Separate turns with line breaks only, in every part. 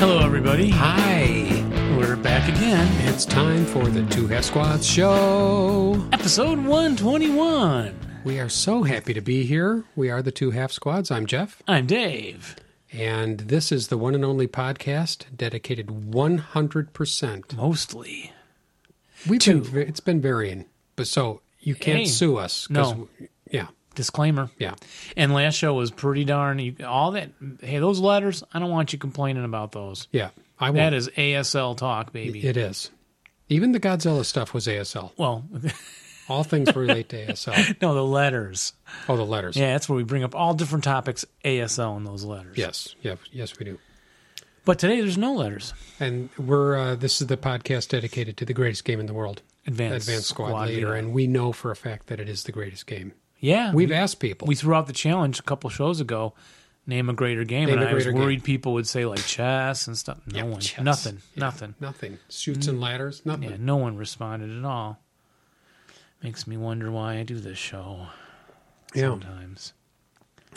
Hello, everybody.
Hi,
We're back again.
it's time for the Two Half Squads show.
Episode 121.
We are so happy to be here. We are the Two Half Squads. I'm Jeff,
I'm Dave.
and this is the one and only podcast dedicated 100%.
Mostly.
We've
To-
been, ve- it's been varying, but so you can't
Hey,
sue us. 'cause
no.
we- yeah,
Disclaimer.
yeah.
And last show was pretty darn. e-, All that. Hey, those letters, I don't want you complaining about those.
Yeah. I
That
won't.
is ASL talk, baby.
It is. Even the Godzilla stuff was ASL.
well,
All things relate to ASL.
no, the letters.
Oh, the letters.
Yeah, that's where we bring up all different topics ASL in those letters.
Yes. Yeah. Yes, we do.
But today there's no letters.
And we're uh, this is the podcast dedicated to the greatest game in the world.
Advanced,
Advanced Squad, Leader,
leader.
and we know for a fact that it is the greatest game.
Yeah.
We've asked people.
we threw out the challenge a couple shows ago. Name a greater game,
Name
and
a
I was
greater
worried people would say like chess and stuff. No
Yeah,
one,
chess.
nothing,
Yeah,
nothing. Mm.
Nothing. Shoots and ladders. Nothing.
Yeah, no one responded at all. Makes me wonder why I do this show
Yeah,
sometimes.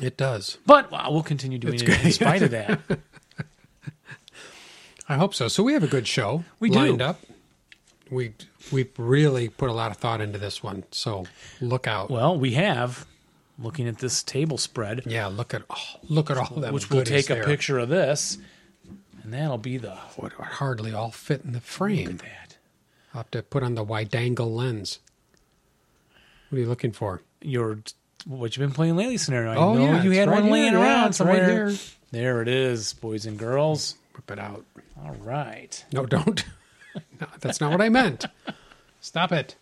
it does.
But wow, we'll continue doing it in spite of that.
I hope so. So we have a good show.
We do.
lined up. We we really put a lot of thought into this one. So look out.
Well, we have looking at this table spread,
yeah, look at oh, look at all that.
which we'll take a
there.
picture of this, and that'll be the
Would hardly all fit in the
look
frame.
at that.
I'll have to put on the wide angle lens. What are you looking for?
Your what you've been playing lately scenario. I
Oh,
know
yeah,
you
it's
had
right
one laying
here. Yeah,
around
it's right
somewhere.
here.
There it is, boys and girls.
Whip it out.
All right.
No, don't. no, that's not what I meant. Stop it.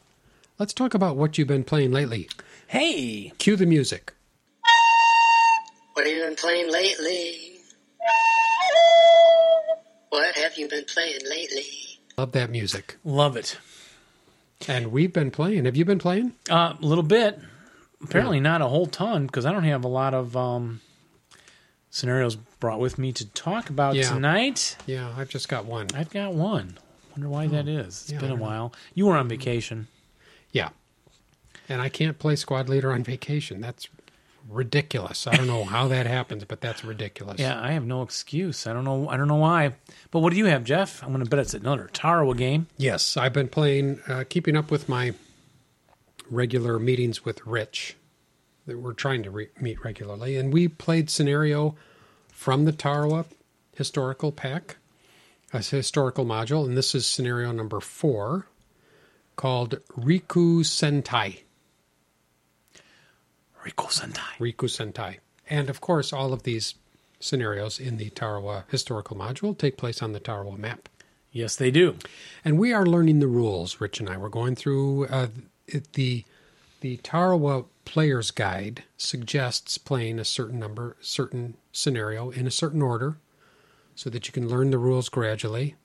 Let's talk about what you've been playing lately.
Hey,
Cue the music.
What have you been playing lately? What have you been playing lately?
Love that music.
love it.
And we've been playing. Have you been playing?
A little bit. Apparently, not a whole ton because I don't have a lot of um, scenarios brought with me to talk about
Yeah.
tonight.
Yeah, I've just got one.
I've got one. Wonder why that is. It's
Oh. Yeah, I
been a
don't know.
while. You were on vacation.
Yeah. And I can't play squad leader on vacation. That's ridiculous. I don't know how that happens, but that's ridiculous.
Yeah, I have no excuse. I don't know. I don't know why. But what do you have, Jeff? I'm going to bet it's another Tarawa game.
Yes, I've been playing, uh, keeping up with my regular meetings with Rich that we're trying to re- meet regularly. And we played scenario from the Tarawa historical pack, a s- historical module. And this is scenario number four called Riku Sentai.
Rico Sentai.
Riku Sentai. And of course, all of these scenarios in the Tarawa historical module take place on the Tarawa map.
Yes, they do.
And we are learning the rules, Rich and I. We're going through uh, it- the the Tarawa Player's Guide suggests playing a certain number, certain scenario in a certain order, so that you can learn the rules gradually,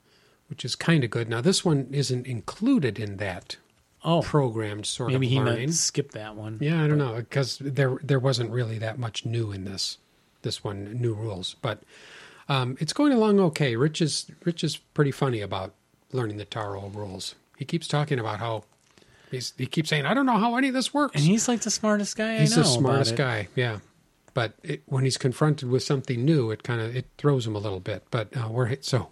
which is kind of good. Now this one isn't included in that
Oh,
programmed sort
maybe
of
he
learning.
might skip that one.
Yeah, I don't know because there there wasn't really that much new in this this one new rules, but um, it's going along okay. Rich is Rich is pretty funny about learning the Taro rules. He keeps talking about how he's, he keeps saying, "I don't know how any of this works."
And he's like the smartest guy
he's
I know.
the smartest
about it.
guy, yeah. But it, when he's confronted with something new, it kind of it throws him a little bit. But uh, we're so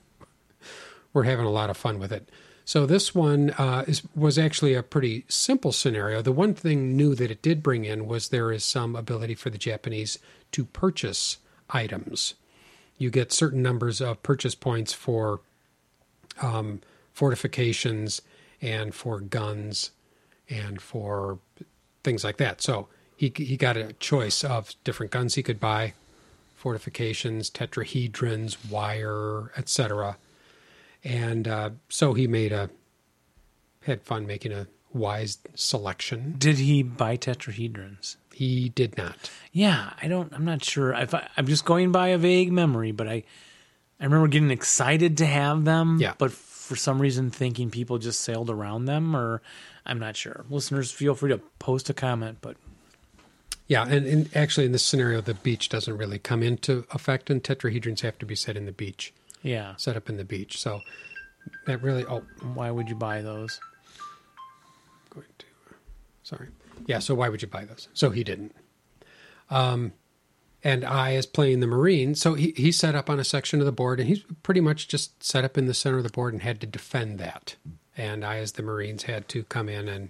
we're having a lot of fun with it. So this one uh, is was actually a pretty simple scenario. The one thing new that it did bring in was there is some ability for the Japanese to purchase items. You get certain numbers of purchase points for um, fortifications and for guns and for things like that. So he he got a choice of different guns he could buy, fortifications, tetrahedrons, wire, etc and uh, so he made a had fun making a wise selection.
Did he buy tetrahedrons?
He did not.
Yeah, I don't. I'm not sure. If I, I'm just going by a vague memory, but I, I remember getting excited to have them.
Yeah.
But for some reason, thinking people just sailed around them, or I'm not sure. Listeners, feel free to post a comment. But
Yeah, and, and actually, in this scenario, the beach doesn't really come into effect, and tetrahedrons have to be set in the beach,
yeah,
set up in the beach. So that really, oh,
why would you buy those?
going to. Sorry. Yeah. So why would you buy those? So he didn't. Um, and I is playing the Marine. So he, he set up on a section of the board, and he's pretty much just set up in the center of the board and had to defend that. And I, as the Marines, had to come in and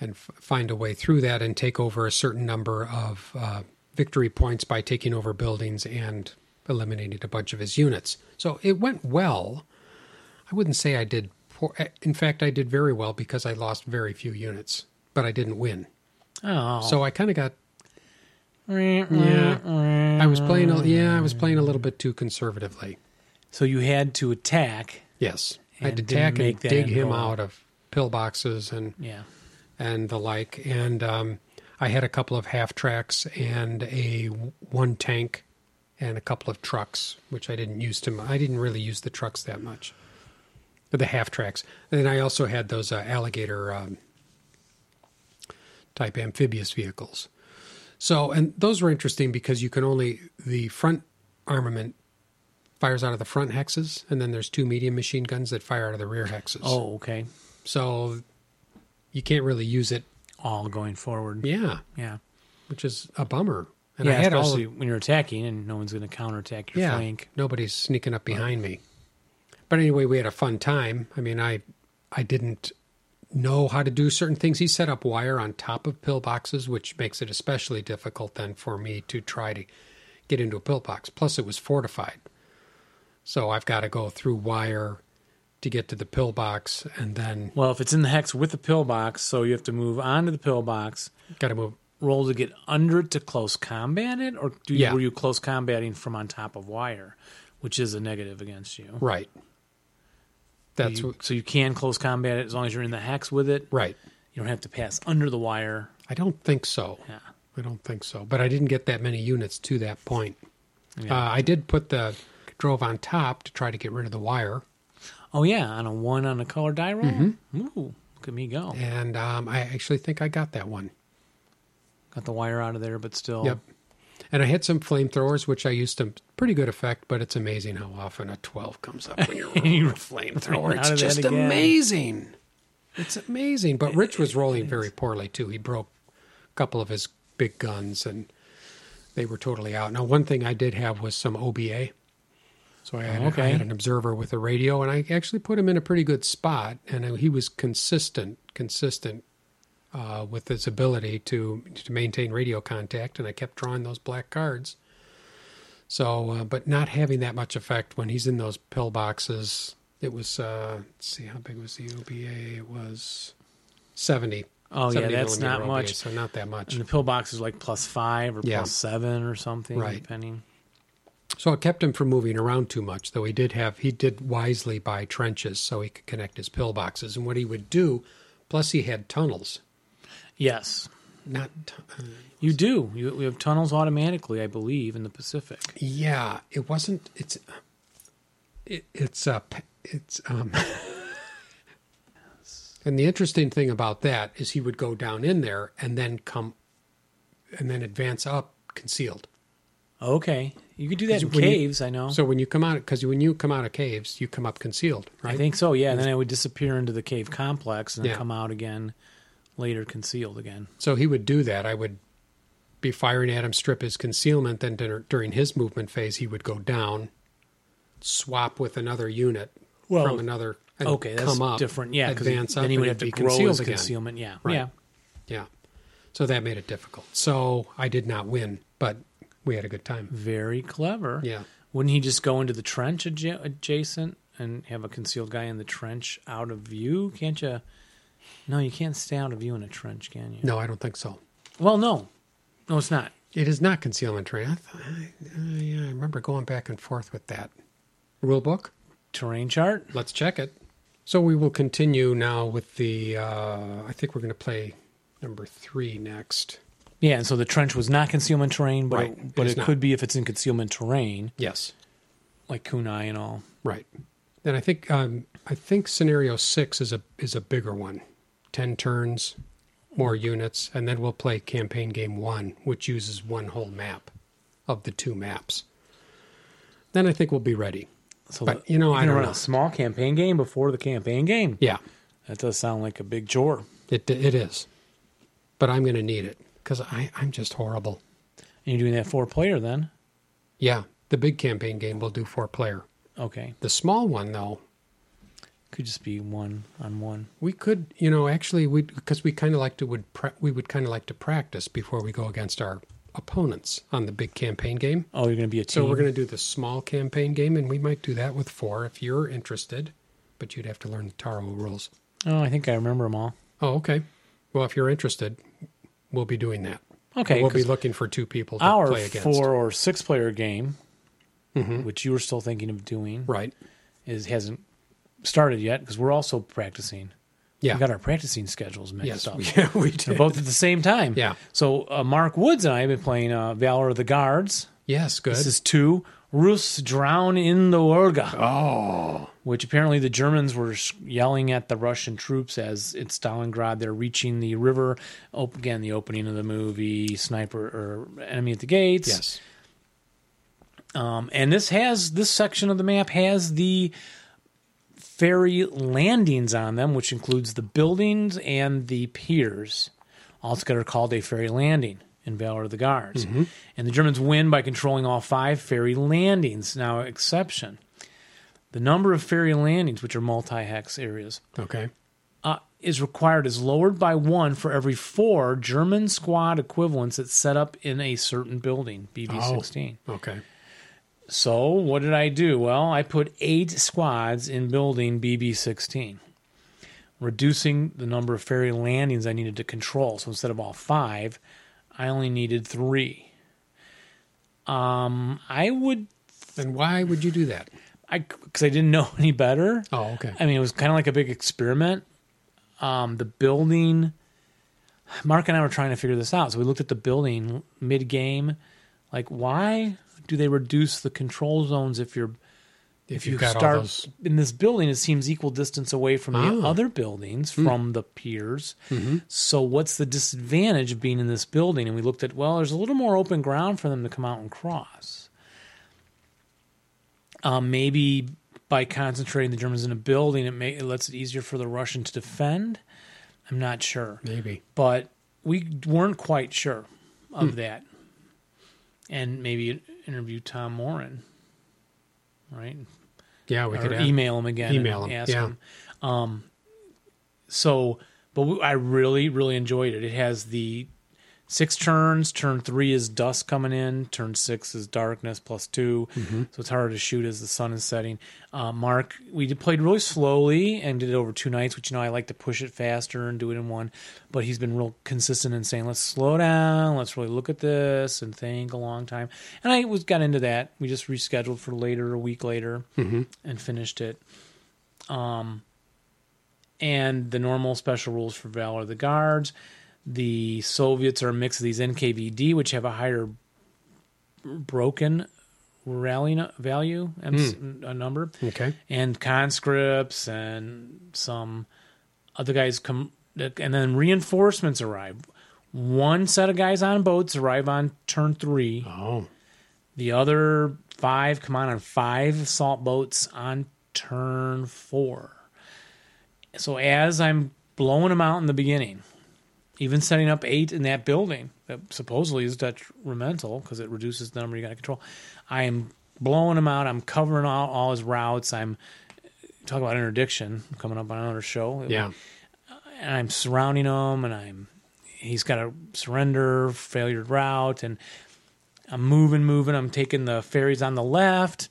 and f- find a way through that and take over a certain number of uh, victory points by taking over buildings and eliminating a bunch of his units. So it went well. I wouldn't say I did poor. eh, In fact, I did very well because I lost very few units, but I didn't win.
Oh,
So I kind of got
yeah.
I was playing. A, yeah, I was playing a little bit too conservatively.
So you had to attack.
Yes, I had to
And didn't
tack and
make that
dig
end
him
goal.
out of pillboxes and
Yeah.
and the like. And um, I had a couple of half tracks and a w- one tank and a couple of trucks, which I didn't use to. mu- I didn't really use the trucks that much. The half tracks. And then I also had those uh, alligator um, type amphibious vehicles. So, and those were interesting because you can only the front armament fires out of the front hexes, and then there's two medium machine guns that fire out of the rear hexes.
Oh, okay.
so you can't really use it.
All going forward.
Yeah,
Yeah.
which is a bummer. And
yeah,
I had all
especially when you're attacking and no one's going to counterattack your
yeah,
flank.
nobody's sneaking up behind me. But anyway, we had a fun time. I mean, I I didn't know how to do certain things. He set up wire on top of pillboxes, which makes it especially difficult then for me to try to get into a pillbox. Plus, it was fortified, so I've got to go through wire to get to the pillbox, and then
Well, if it's in the hex with the pillbox, so you have to move onto the pillbox,
got to move.
roll to get under it to close combat it, or do you,
Yeah.
were you close combating from on top of wire, which is a negative against you?
Right. That's
You-
wh-
so you can close combat it as long as you're in the hex with it.
right.
You don't have to pass under the wire.
I don't think so.
Yeah.
I don't think so. But I didn't get that many units to that point.
Yeah.
Uh, I did put the drove on top to try to get rid of the wire,
Oh yeah, on a one on a color die roll.
Mm-hmm.
Ooh, look at me go!
and um, I actually think I got that one.
Got the wire out of there, but still.
Yep. And I had some flamethrowers, which I used to pretty good effect, but it's amazing how often a 12 comes up when you're rolling a
out
flamethrower.
of
It's
that
just
again.
amazing. It's amazing. But Rich was rolling very poorly, too. He broke a couple of his big guns and they were totally out. Now, one thing I did have was some OBA. So I had, I
Okay.
had an observer with a radio, and I actually put him in a pretty good spot, and he was consistent, consistent uh, with his ability to to maintain radio contact, and I kept drawing those black cards. So, uh, but not having that much effect when he's in those pillboxes. It was uh, let's see how big was the OBA? It was seventy.
Oh, yeah,
70
that's
millimeter
not much.
So not that much.
And the pillbox is like plus five or
Yeah.
plus seven or something,
Right.
depending.
So it kept him from moving around too much, though he did have he did wisely buy trenches so he could connect his pillboxes. And what he would do, plus he had tunnels.
Yes,
Not tu- uh,
you do. You, you have tunnels automatically, I believe, in the Pacific.
yeah, it wasn't. It's it, it's uh, p- it's um. and the interesting thing about that is he would go down in there and then come, and then advance up concealed.
Okay, you could do that in
when you-
caves. I know.
So when you come out, because when you come out of caves, you come up concealed, right?
I think so. Yeah, and then it would disappear into the cave complex and then
Yeah.
come out again later, concealed again.
So he would do that. I would be firing at him, strip his concealment. Then dur- during his movement phase, he would go down, swap with another unit
Well,
from another. And
Okay, that's
come up,
different. Yeah, because
advance up,
then he
and
would have
it'd
to
be
grow
concealed
his
again.
concealment. Yeah,
Right.
yeah.
Yeah, so that made it difficult. So I did not win, but we had a good time.
Very clever.
Yeah,
Wouldn't he just go into the trench adja- adjacent and have a concealed guy in the trench out of view? Can't you? No, you can't stay out of view in a trench, can you?
no, I don't think so.
Well, no, no, it's not.
It is not concealment terrain. I, th- I, I, yeah, I remember going back and forth with that rule book.
Terrain chart.
Let's check it. So we will continue now with the. Uh, I think we're going to play number three next.
Yeah, and so the trench was not concealment terrain, but
Right, it
but
is
it
not.
could be if it's in concealment terrain,
Yes,
like kunai and all.
right. Then I think um, I think scenario six is a is a bigger one. Ten turns, more units, and then we'll play campaign game one, which uses one whole map of the two maps. Then I think we'll be ready.
So
But,
the-
you know, I
can
don't
run
know.
a small campaign game before the campaign game.
Yeah,
That does sound like a big chore.
it it is. But I'm going to need it because I I'm just horrible.
you're doing that four player then.
Yeah, the big campaign game will do four player.
Okay,
The small one though,
could just be one on one.
we could, you know, actually we because we kind of like to would pra- we would kind of like to practice before we go against our opponents on the big campaign game.
Oh, you're going to be a team.
So we're going to do the small campaign game, and we might do that with four if you're interested, but you'd have to learn the Taro rules.
Oh, I think I remember them all.
Oh, okay. Well, if you're interested, we'll be doing that.
Okay,
we'll be
'cause
looking for two people to
our
play against. Mm-hmm.
four or six player game, which you were still thinking of doing,
Right.
is hasn't started yet because we're also practicing.
Yeah.
We got our practicing schedules mixed
yes.
up.
Yeah, we did.
They're both at the same time.
Yeah.
So uh, Mark Woods and I have been playing uh, Valor of the Guards.
yes, good.
This is two. Rus drown in the Volga.
oh.
which apparently the Germans were sh- yelling at the Russian troops as it's Stalingrad. They're reaching the river. Op- again, the opening of the movie, sniper or enemy at the gates.
Yes.
Um, and this has this section of the map has the ferry landings on them, which includes the buildings and the piers, altogether called a ferry landing in Valor of the Guards. And the Germans win by controlling all five ferry landings. Now, exception the number of ferry landings, which are multi hex areas,
Okay.
uh, is required is lowered by one for every four German squad equivalents that's set up in a certain building, BB 16.
Okay.
So what did I do? Well, I put eight squads in building BB 16, reducing the number of ferry landings I needed to control. So instead of all five, I only needed three. Um, I would,
Then why would you do that?
I because I didn't know any better.
Oh, okay.
I mean, it was kind of like a big experiment. Um, the building, Mark and I were trying to figure this out. So we looked at the building mid game, like why do they reduce the control zones if you're
if
you
you've got
start
all those.
in this building, it seems equal distance away from the
Ah. Mm-hmm.
other buildings from the piers. So what's the disadvantage of being in this building? And we looked at well, there's a little more open ground for them to come out and cross. Um, maybe by concentrating the Germans in a building, it, may, it lets it easier for the Russians to defend. I'm not sure
Maybe.
but we weren't quite sure
Hmm.
of that. And maybe interview Tom Morin, right?
Yeah, we
or
could add-
email him again.
email
and
him,
ask
yeah.
him. Um, so, but we, I really, really enjoyed it. It has the six turns. Turn three is dusk coming in. Turn six is darkness plus 2
Mm-hmm.
So it's harder to shoot as the sun is setting. Uh, Mark, we did- played really slowly and did it over two nights, which you know I like to push it faster and do it in one. But he's been real consistent in saying, "Let's slow down. Let's really look at this and think a long time." And I was got into that. We just rescheduled for later, a week later,
Mm-hmm.
and finished it and the normal special rules for Valor of the Guards. The Soviets are a mix of these NKVD, which have a higher broken rally value and s- a number,
Okay.
and conscripts and some other guys come, and then reinforcements arrive. One set of guys on boats arrive on turn three.
Oh.
The other five come on on five assault boats on turn four. So as I'm blowing them out in the beginning, even setting up eight in that building that supposedly is detrimental because it reduces the number you got to control, I am blowing them out. I'm covering all, all his routes. I'm talk about interdiction coming up on another show
Yeah.
and I'm surrounding him, and I'm he's got a surrender failure route, and I'm moving, moving. I'm taking the ferries on the left,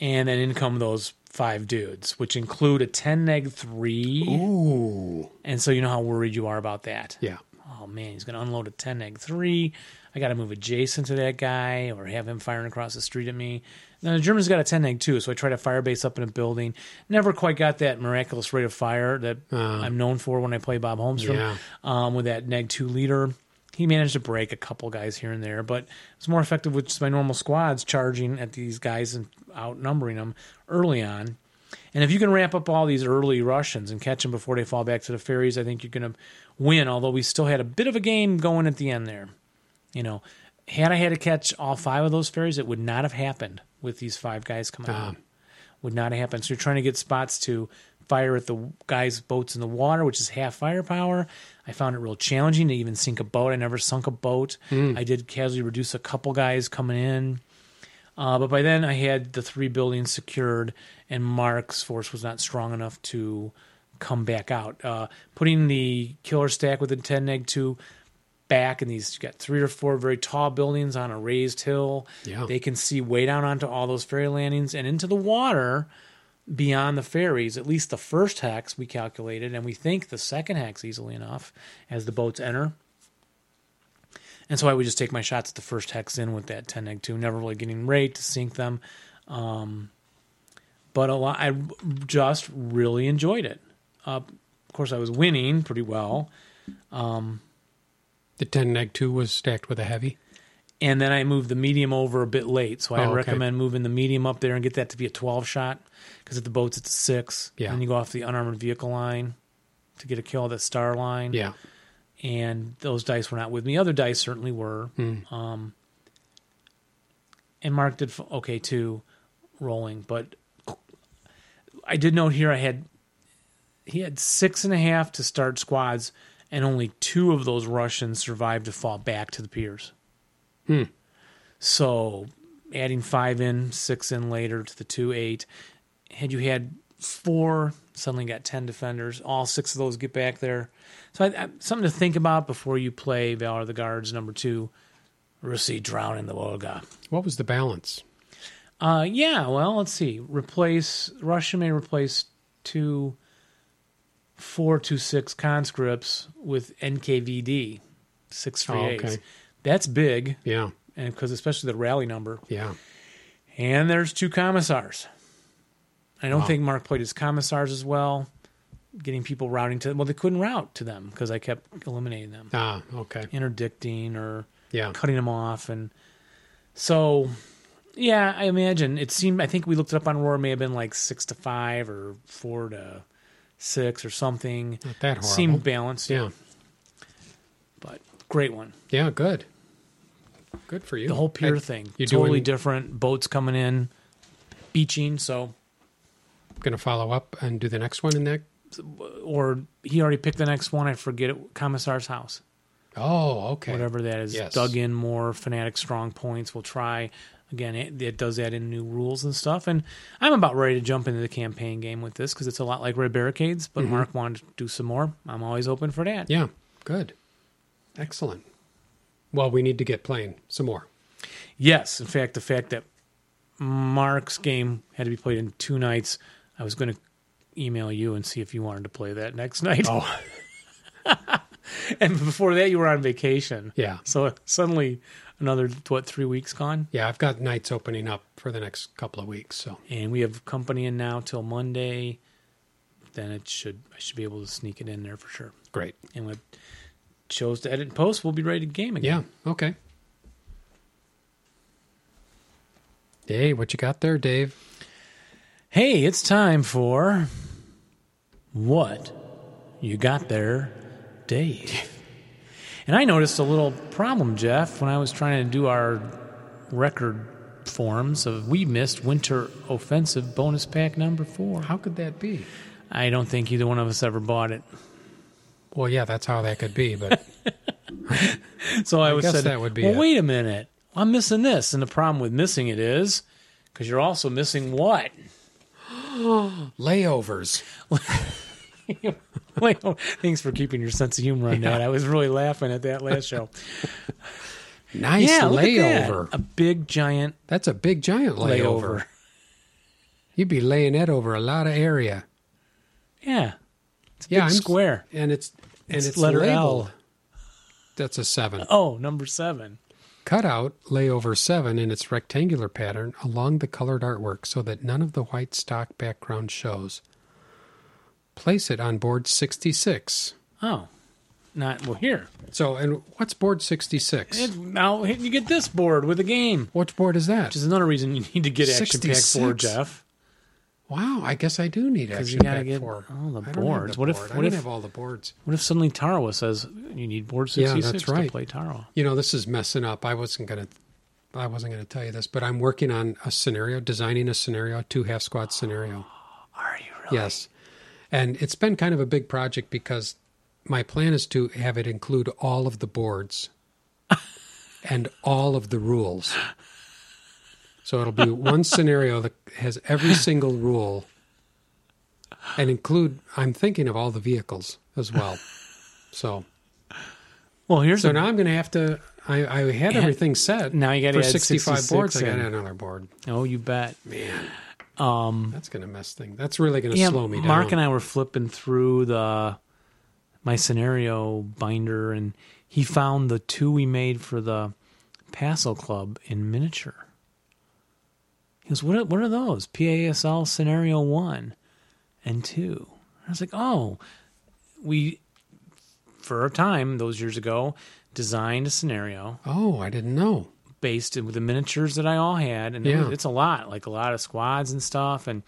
and then in come those five dudes, which include a ten neg three,
Ooh.
and so you know how worried you are about that.
Yeah.
Oh man, he's gonna unload a ten neg three. I got to move adjacent to that guy, or have him firing across the street at me. Now the Germans got a ten neg two, so I tried to fire base up in a building. Never quite got that miraculous rate of fire that I'm known for when I play Bob Holmes from,
Yeah.
um, with that neg two leader. He managed to break a couple guys here and there, but it's more effective with just my normal squads charging at these guys and outnumbering them early on. And if you can ramp up all these early Russians and catch them before they fall back to the ferries, I think you're going to win. Although we still had a bit of a game going at the end there. You know, had I had to catch all five of those ferries, it would not have happened with these five guys coming on. Would not have happened. So you're trying to get spots to fire at the guys' boats in the water, which is half firepower. I found it real challenging to even sink a boat. I never sunk a boat. I did casually reduce a couple guys coming in. Uh, but by then, I had the three buildings secured, and Mark's force was not strong enough to come back out. Uh, putting the killer stack with the 10 neg 2 back in these, you got three or four very tall buildings on a raised hill.
Yeah.
They can see way down onto all those ferry landings and into the water beyond the ferries, at least the first hex we calculated, and we think the second hex easily enough as the boats enter. And so I would just take my shots at the first hex in with that 10 egg 2, never really getting rate to sink them. Um, but a lot, I just really enjoyed it. Uh, of course, I was winning pretty well.
The 10 neg 2 was stacked with a heavy.
and then I moved the medium over a bit late. So I
Oh, okay.
recommend moving the medium up there and get that to be a 12 shot because at the boats it's a six.
Yeah.
And you go off the unarmored vehicle line to get a kill, that star line.
Yeah.
And those dice were not with me. Other dice certainly were. Um, and Mark did f- okay too, rolling. But I did note here I had he had six and a half to start squads, and only two of those Russians survived to fall back to the piers. So adding five in, six in later to the two, eight. Had you had four, suddenly got 10 defenders. All six of those get back there. So I, I, something to think about before you play Valor of the Guards number two, Russi Drown in the Volga.
What was the balance?
Uh, yeah, well, let's see. Replace Russia may replace two four two six conscripts with NKVD six three
Oh,
eight.
okay.
That's big,
Yeah.
and because especially the rally number.
Yeah.
And there's two commissars. I don't think Mark played his commissars as well, getting people routing to Well, they couldn't route to them because I kept eliminating them,
Ah, okay.
interdicting or
Yeah.
cutting them off. And so, yeah, I imagine it seemed, I think we looked it up on Roar, may have been like six to five or four to six or something.
Not that horrible.
Seemed balanced,
yeah.
but great one.
Yeah, good. Good for you.
The whole pier
I-
thing,
You
totally
doing,
different. Boats coming in, beaching, so
Going to follow up and do the next one in that?
or he already picked the next one. I forget it. Commissar's house,
Oh, okay.
whatever that is.
Yes.
Dug in more fanatic strong points. We'll try again. It, it does add in new rules and stuff. And I'm about ready to jump into the campaign game with this because it's a lot like Red Barricades. But
Mm-hmm.
Mark wanted to do some more. I'm always open for that.
Yeah, good. Excellent. Well, we need to get playing some more.
Yes, in fact, the fact that Mark's game had to be played in two nights, I was going to email you and see if you wanted to play that next night.
Oh,
And before that, you were on vacation.
yeah.
So uh, suddenly, another what three weeks gone?
Yeah, I've got nights opening up for the next couple of weeks. So,
and we have company in now till Monday. Then it should I should be able to sneak it in there for sure.
great.
And we chose to edit and post. We'll be ready to game again.
Yeah, okay. Hey, what you got there, Dave?
Hey, it's time for what you got there, Dave. and I noticed a little problem, Jeff, when I was trying to do our record forms of we missed winter offensive bonus pack number four.
How could that be?
I don't think either one of us ever bought it.
Well, yeah, that's how that could be, but
So I, was
guess
said,
that would be
Well,
it.
wait a minute. I'm missing this, and the problem with missing it is because you're also missing what?
layovers.
Wait, oh, thanks for keeping your sense of humor on that. I was really laughing at that last show.
Nice
yeah, look at
layover.
that. A big giant
That's a big giant layover.
layover.
You'd be laying that over a lot of area.
Yeah, it's a
Yeah,
big
I'm s-
square.
And it's and
It's
it's,
letter
labeled.
L.
That's a seven.
Oh, number seven.
Cut out layover 7 in its rectangular pattern along the colored artwork so that none of the white stock background shows. Place it on board 66.
Oh, not well here.
So, and what's board 66?
It's, now you get this board with a game,
Which board is that?
which is another reason you need to get action pack four,
66?
Jeff.
wow, I guess I do need
you
action
gotta
pack
get
four.
all the
I don't have
boards. What if-
board. I
what
don't
if-
have all the boards?
What if suddenly Tarawa says you need board
Yeah, that's
sixty-six to
right.
play Tarawa?
You know, this is messing up. I wasn't gonna, I wasn't gonna tell you this, but I'm working on a scenario, designing a scenario, two half squad scenario.
Are you really?
Yes. And it's been kind of a big project because my plan is to have it include all of the boards and all of the rules. So it'll be one scenario that has every single rule and include, I'm thinking of all the vehicles as well. So,
Well, here's
so
a,
now I'm going to have to, I, I had everything set.
Now you gotta
for
add
65 boards.
66
I got to
in.
add another board.
oh, you bet.
That's going to mess things. That's really going to
Mm-hmm. Yeah,
slow me down.
Mark and I were flipping through the my scenario binder, and he found the two we made for the Passel Club in miniature. He goes, "What? Are, what are those? PASL scenario one and two. I was like, "Oh, we for a time those years ago designed a scenario
Oh, I didn't know.
based with the miniatures that I all had, and it
Yeah.
was- it's a lot, like a lot of squads and stuff. And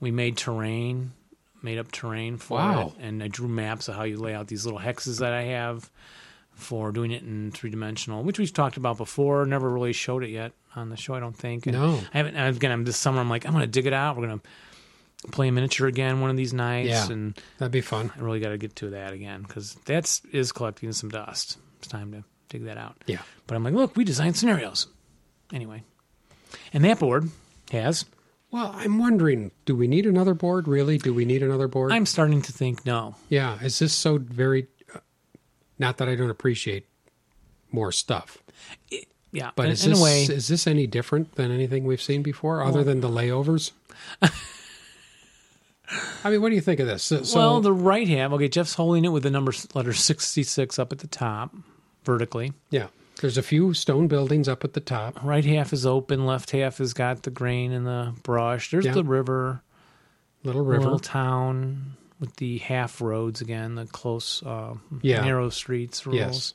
we made terrain, made up terrain for
Wow.
it, and I drew maps of how you lay out these little hexes that I have for doing it in three dimensional, which we've talked about before. Never really showed it yet on the show, I don't think. And
No.
I haven't. and Again, I'm this summer. I'm like, I'm gonna dig it out. We're gonna play miniature again one of these nights,
Yeah.
and
That'd be fun.
I really got to get to that again because that's is collecting some dust. It's time to dig that out.
Yeah.
But I'm like, look, we design scenarios. Anyway. And that board has.
Well, I'm wondering, do we need another board? Really? Do we need another board?
I'm starting to think no.
yeah. Is this so very? uh, Not that I don't appreciate more stuff,
Yeah.
but
in,
is
in
this
a way,
is this any different than anything we've seen before, other than the layovers? I mean, what do you think of this? So, so-
well, the right hand. Okay, Jeff's holding it with the number letter 66 up at the top vertically.
yeah, there's a few stone buildings up at the top.
Right half is open, left half has got the grain and the brush. There's
Yeah.
the river,
Little
the
river.
little town with the half roads again, the close uh,
Yeah.
narrow streets rules.
Yes.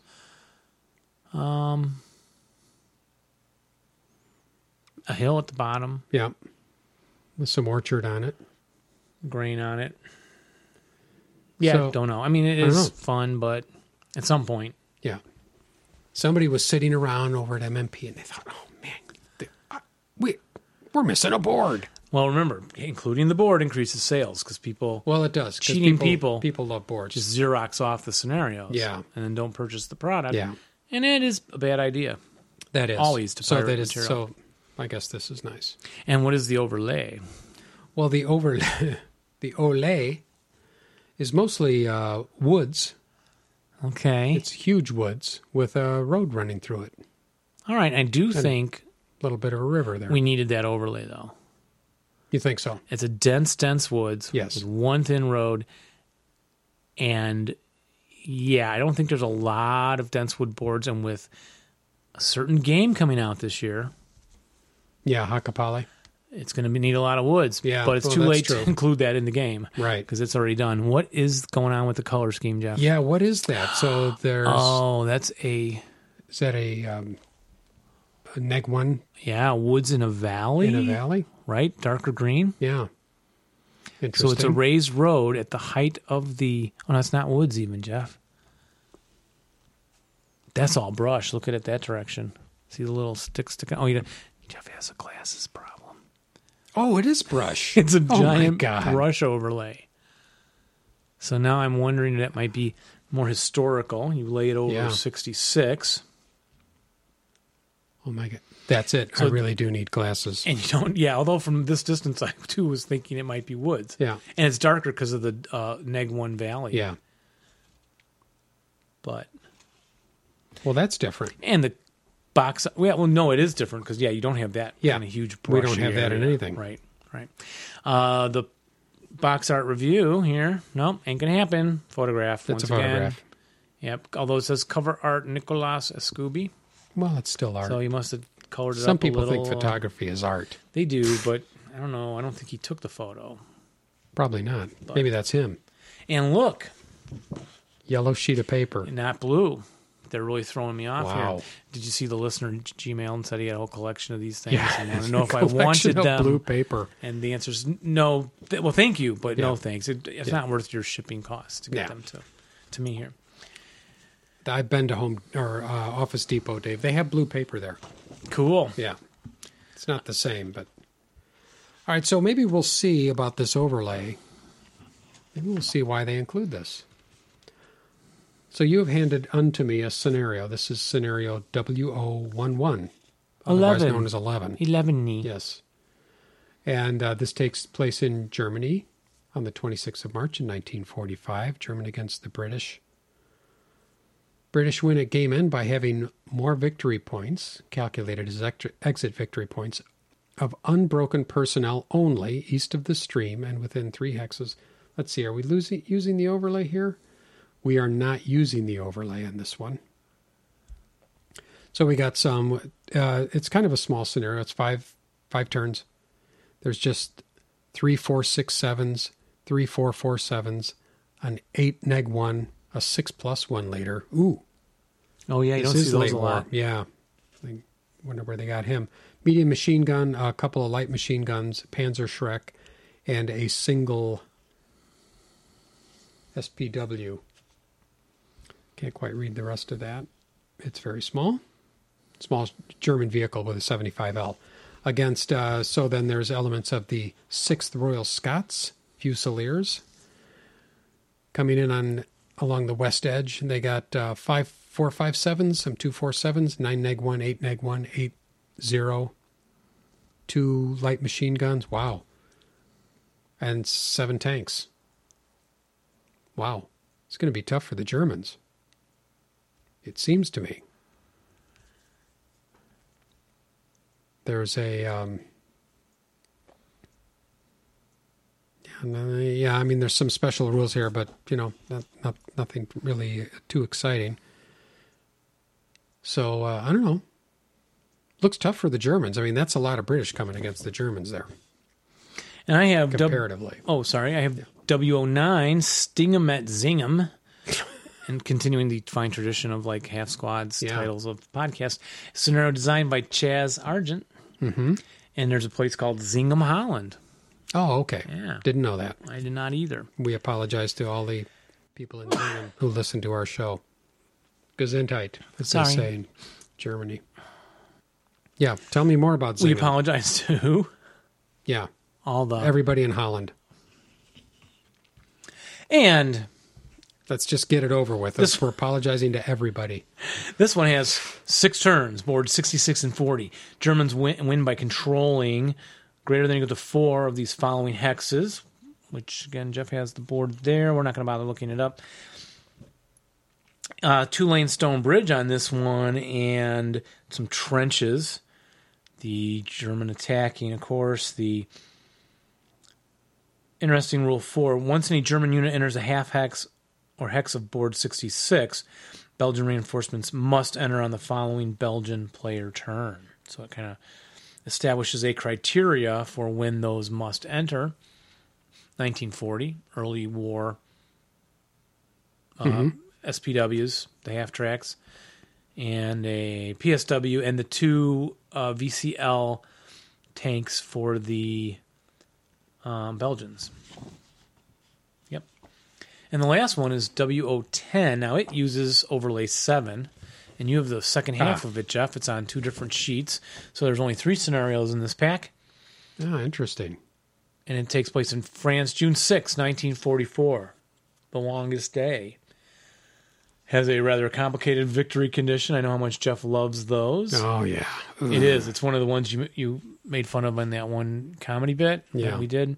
A hill at the bottom,
Yeah. With some orchard on it.
grain on it. Yeah,
So-
don't know. I mean, it
I don't
is
know.
fun, but at some point,
Yeah. Somebody was sitting around over at MMP and they thought, oh man, they, I, we, we're missing a board.
well, remember, including the board increases sales because people
Well, it does. 'cause
Cheating people.
people. love boards.
just Xerox off the scenarios,
Yeah.
and then don't purchase the product,
Yeah.
and it is a bad idea.
that is.
always to
so
pirate
that is
material.
So I guess this is nice.
And what is the overlay?
Well, the over the Olay is mostly uh, woods.
Okay,
It's huge woods with a road running through it. A
all right. I do think
little bit of a river there.
we needed that overlay though.
you think so?
It's a dense, dense woods.
Yes.
with one thin road, and yeah, I don't think there's a lot of dense wood boards. And with a certain game coming out this year,
Yeah, Hakapale.
it's going to need a lot of woods.
Yeah,
but it's
well,
too
that's
late to
true.
include that in the game,
Right.
Because it's already done. What is going on with the color scheme, Jeff?
Yeah, what is that? So there's
Oh, that's a
is that a, um, a neg one
yeah, woods in a valley,
in a valley?
right? Darker green.
Yeah. Interesting.
So it's a raised road at the height of the. Oh, no, it's not woods even, Jeff. That's all brush. Look at it that direction. See the little sticks sticking. Oh, you Jeff has a glasses problem.
oh, it is brush.
It's a
Oh my
giant
God.
brush overlay. So now I'm wondering if that might be more historical. You lay it over
Yeah.
66,
oh my god, that's it. I really do need glasses.
and you don't. Yeah, although from this distance, I too was thinking it might be woods.
Yeah.
and it's darker because of the uh, neg one valley.
Yeah.
but
Well, that's different.
and the box. Well, well no, it is different because yeah, you don't have that
Yeah.
kind of huge.
We don't
brushy
have that in
area.
anything.
Right, right. Uh, the box art review here. Nope, ain't gonna happen. Photograph. once
That's a photograph.
Again. Yep. Although it says cover art Nicolas Escooby,
Well, it's still art.
so he must have colored it
Some
up a
people think
little. uh,
photography is art.
They do, but I don't know. I don't think he took the photo.
Probably not. Maybe that's him.
And look,
Yellow sheet of paper.
not blue. They're really throwing me off
Wow.
here. Did you see the listener g- Gmail and said he had a whole collection of these things?
Yeah.
and wanted to know if I
Collection
wanted
of
them.
blue paper.
And the answer is n- no. Th- Well, thank you, but
Yeah.
no thanks. It, it's not worth your shipping costs to get
Yeah.
them to to me here.
I've been to Home or uh, Office Depot, Dave. They have blue paper there.
Cool.
Yeah. It's not the same, but. All right, so maybe we'll see about this overlay And we'll see why they include this. So you have handed unto me a scenario. This is scenario W011, otherwise
Eleven.
known as 11.
11 knee.
Yes. And uh, this takes place in Germany on the 26th of March in 1945, German against the British. British win at game end by having more victory points, calculated as ex- exit victory points, of unbroken personnel only east of the stream and within three hexes. Let's see, are we losing, using the overlay here? We are not using the overlay on this one. So we got some. Uh, it's kind of a small scenario. It's five five turns. There's just three four six sevens, three four four sevens, an eight neg one, a six plus one later. Ooh,
Oh, yeah, you
this
don't
is
see those
late
a
war.
lot.
Yeah, I wonder where they got him. Medium machine gun, a couple of light machine guns, Panzer Shrek, and a single SPW. Can't quite read the rest of that. It's very small, small German vehicle with a 75L. Against uh, so then there's elements of the Sixth Royal Scots Fusiliers coming in on along the west edge. They got uh, five four five sevens, some two four sevens, nine neg one, eight neg one, eight zero, two light machine guns. Wow, and seven tanks. Wow, it's going to be tough for the Germans. It seems to me. There's a um, And, uh, yeah, I mean, there's some special rules here, but you know, not, not nothing really too exciting. So uh, I don't know. Looks tough for the Germans. I mean, that's a lot of British coming against the Germans there
And I have dub-
comparatively.
Oh, sorry. I have W09 Stingem at Zingham. and continuing the fine tradition of like half squads
Yeah.
titles of podcast scenario designed by Chaz Argent. Mm-hmm. And there's a place called Zingham, Holland.
Oh, okay.
Yeah.
Didn't know that.
I did not either.
We apologize to all the people in Germany who listen to our show. Gesundheit, as
Sorry.
they say in Germany. Yeah, tell me more about
We
Zingen.
apologize to who?
yeah,
All the
everybody in Holland.
and
Let's just get it over with.
This-
This, we're apologizing to everybody.
This one has six turns, board 66 and 40. Germans win, win by controlling greater than or equal to four of these following hexes, which again, Jeff has the board there. We're not going to bother looking it up. Uh, two lane stone bridge on this one and some trenches. The German attacking, of course. The interesting rule four once any German unit enters a half hex or hex of board 66, Belgian reinforcements must enter on the following Belgian player turn. So it kind of establishes a criteria for when those must enter. 1940, early war uh, SPWs, the half tracks, and a PSW, and the two uh, VCL tanks for the um, Belgians. Yep. And the last one is WO10. Now it uses overlay 7. And you have the second half
Ah.
of it, Jeff. It's on two different sheets. So there's only three scenarios in this pack.
Ah, interesting.
And it takes place in France, June 6, 1944. The longest day. Has a rather complicated victory condition. I know how much Jeff loves those.
Oh yeah,
It is. It's one of the ones you you made fun of on that one comedy bit
Yeah.
that we did.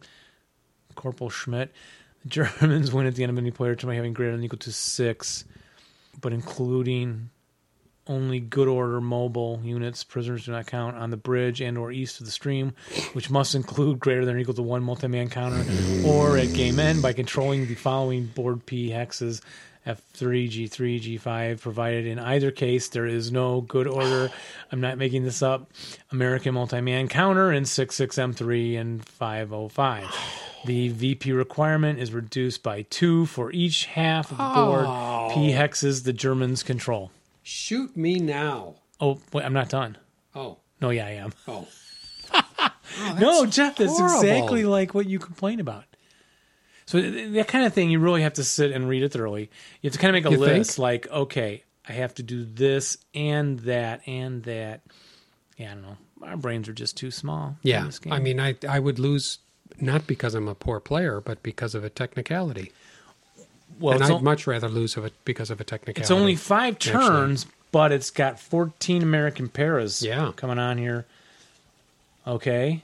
Corporal Schmidt. Germans win at the end of any player turn by having greater than or equal to six, but including only good order mobile units. Prisoners do not count on the bridge and or east of the stream, which must include greater than or equal to one multi-man counter or at game end by controlling the following board P hexes. F3, G3, G5, provided in either case there is no good order. I'm not making this up. American multi man counter in 66M3 and 505. The VP requirement is reduced by two for each half of the board P hexes the Germans control.
shoot me now.
Oh, wait, I'm not done.
Oh,
No, yeah, I am.
oh.
no, Jeff, that's
horrible.
exactly like what you complain about. So th- th- that kind of thing, you really have to sit and read it thoroughly. You have to kind of make a
You think?
list, like, okay, I have to do this and that and that. Yeah, I don't know. Our brains are just too small. for
Yeah,
this game.
I mean, I I would lose not because I'm a poor player, but because of a technicality.
Well,
and
it's,
I'd
o-
much rather lose of it because of a technicality.
it's only five
actually.
turns, but it's got 14 American paras
Yeah.
coming on here. Okay.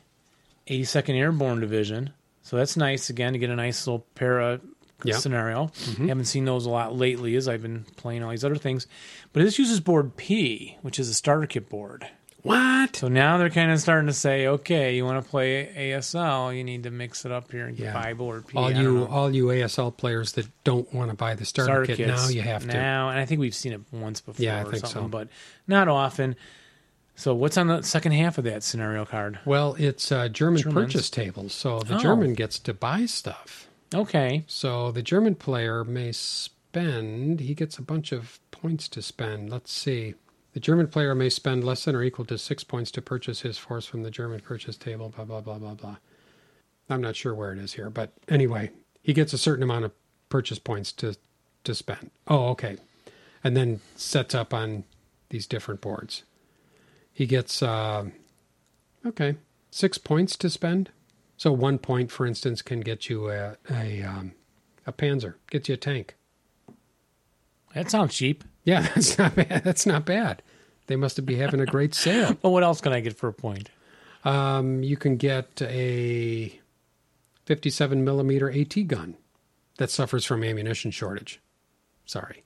82nd Airborne Division. So that's nice again to get a nice little para
Yeah. Mm-hmm.
scenario. Haven't seen those a lot lately as I've been playing all these other things. But this uses board P, which is a starter kit board.
what?
So now they're kind of starting to say, okay, you want to play ASL, you need to mix it up here and get
Yeah.
buy board P.
All
I don't
you
know.
all you ASL players that don't want to buy the starter,
starter
kit
kits.
now you have to.
Now, and I think we've seen it once before
Yeah, I
or
think
something,
so.
but not often. So what's on the second half of that scenario card?
Well, it's uh, German
Germans.
purchase tables, so the
Oh.
German gets to buy stuff.
Okay.
So the German player may spend, he gets a bunch of points to spend. Let's see. The German player may spend less than or equal to six points to purchase his force from the German purchase table, blah, blah, blah, blah, blah. I'm not sure where it is here, but anyway, he gets a certain amount of purchase points to, to spend. Oh, okay. And then sets up on these different boards. He gets, uh, okay, six points to spend. So one point, for instance, can get you a a, um, a Panzer, gets you a tank.
That sounds cheap.
Yeah, that's not bad. That's not bad. They must be having a great sale.
But what else can I get for a point?
Um, you can get a 57 millimeter AT gun that suffers from ammunition shortage. Sorry.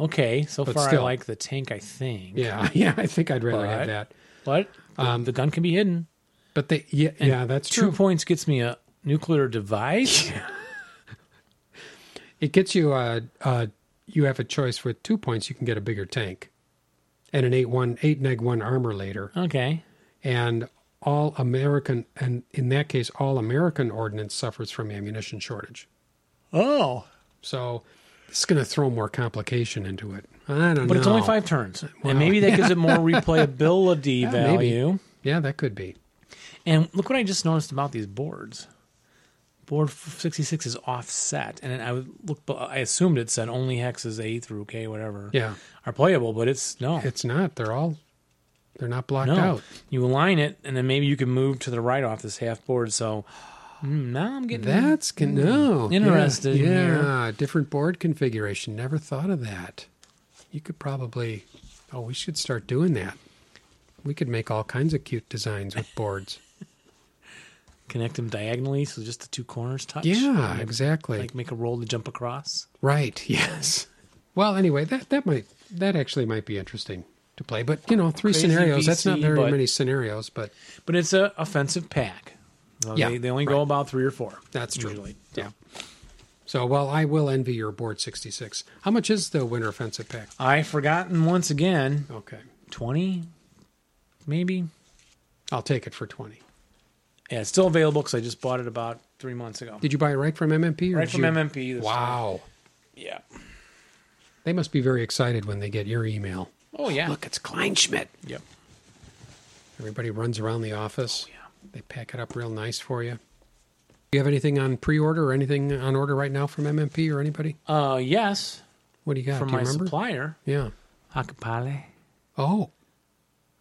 Okay. So
But
far, I
still.
like the tank, I think.
Yeah, yeah. I think I'd rather
But-
have that.
But the, the gun can be hidden.
But they, yeah, yeah, that's
Two
true.
points gets me a nuclear device.
It gets you a, a. You have a choice with two points. You can get a bigger tank, and an eight one eight neg one armor later.
Okay.
and all American, and in that case, all American ordnance suffers from ammunition shortage.
Oh.
So this is going to throw more complication into it. I don't know.
But it's only five turns.
Wow.
And maybe that gives it more replayability value.
Yeah, that could be.
And look what I just noticed about these boards. Board 66 is offset, and I would look. I assumed it said only hexes A through K, whatever,
Yeah,
are playable, but it's no,
it's not. They're all. They're not blocked
no.
out.
You align it, and then maybe you can move to the right off this half board. So mm, now I'm getting
That's can no Yeah,
Interested
Yeah,
Mm. here.
different board configuration. Never thought of that. You could probably. Oh, we should start doing that. We could make all kinds of cute designs with boards.
connect them diagonally, so just the two corners touch.
yeah, exactly.
like make a roll to jump across.
Right. Yes. Well, anyway, that that might that actually might be interesting to play. But you know, three
Crazy
scenarios. that's not
PC,
very
but-
many scenarios, but
But it's a offensive pack. So
Yeah,
they, they only
right.
go about three or four.
that's true.
Usually.
Yeah. So, well, I will envy your board sixty six. How much is the Winter Offensive pack?
I forgotten once again.
Okay,
Twenty, maybe.
I'll take it for twenty.
Yeah, it's still available because I just bought it about three months ago.
Did you buy it right from MMP? Or
Right
did
from
you-
MMP. This time.
Wow,
Yeah.
they must be very excited when they get your email.
Oh yeah.
Look, it's Kleinschmidt.
Yep.
Everybody runs around the
Oh,
office. They pack it up real nice for you. Do you have anything on pre-order or anything on order right now from MMP or anybody?
Uh, yes,
What do you got?
from
do you
my
remember?
supplier,
Yeah.
Hakapale.
Oh.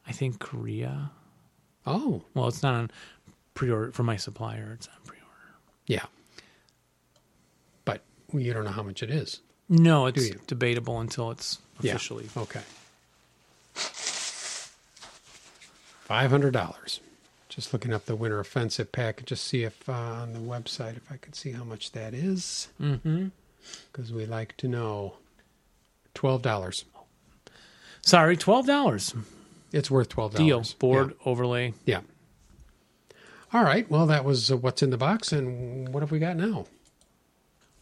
I think Korea.
Oh.
Well, it's not on pre-order from my supplier. It's on pre-order.
Yeah. But you don't know how much it is.
No, it's
you?
debatable until it's officially.
Yeah. Okay. Five hundred dollars. Just looking up the winter offensive pack and just see if uh, on the website if I could see how much that is. Mm-hmm. Because we like to know. Twelve dollars.
Sorry, twelve dollars.
It's worth twelve
Deal.
dollars.
Board overlay.
Yeah. All right. Well, that was uh, what's in the box, and what have we got now?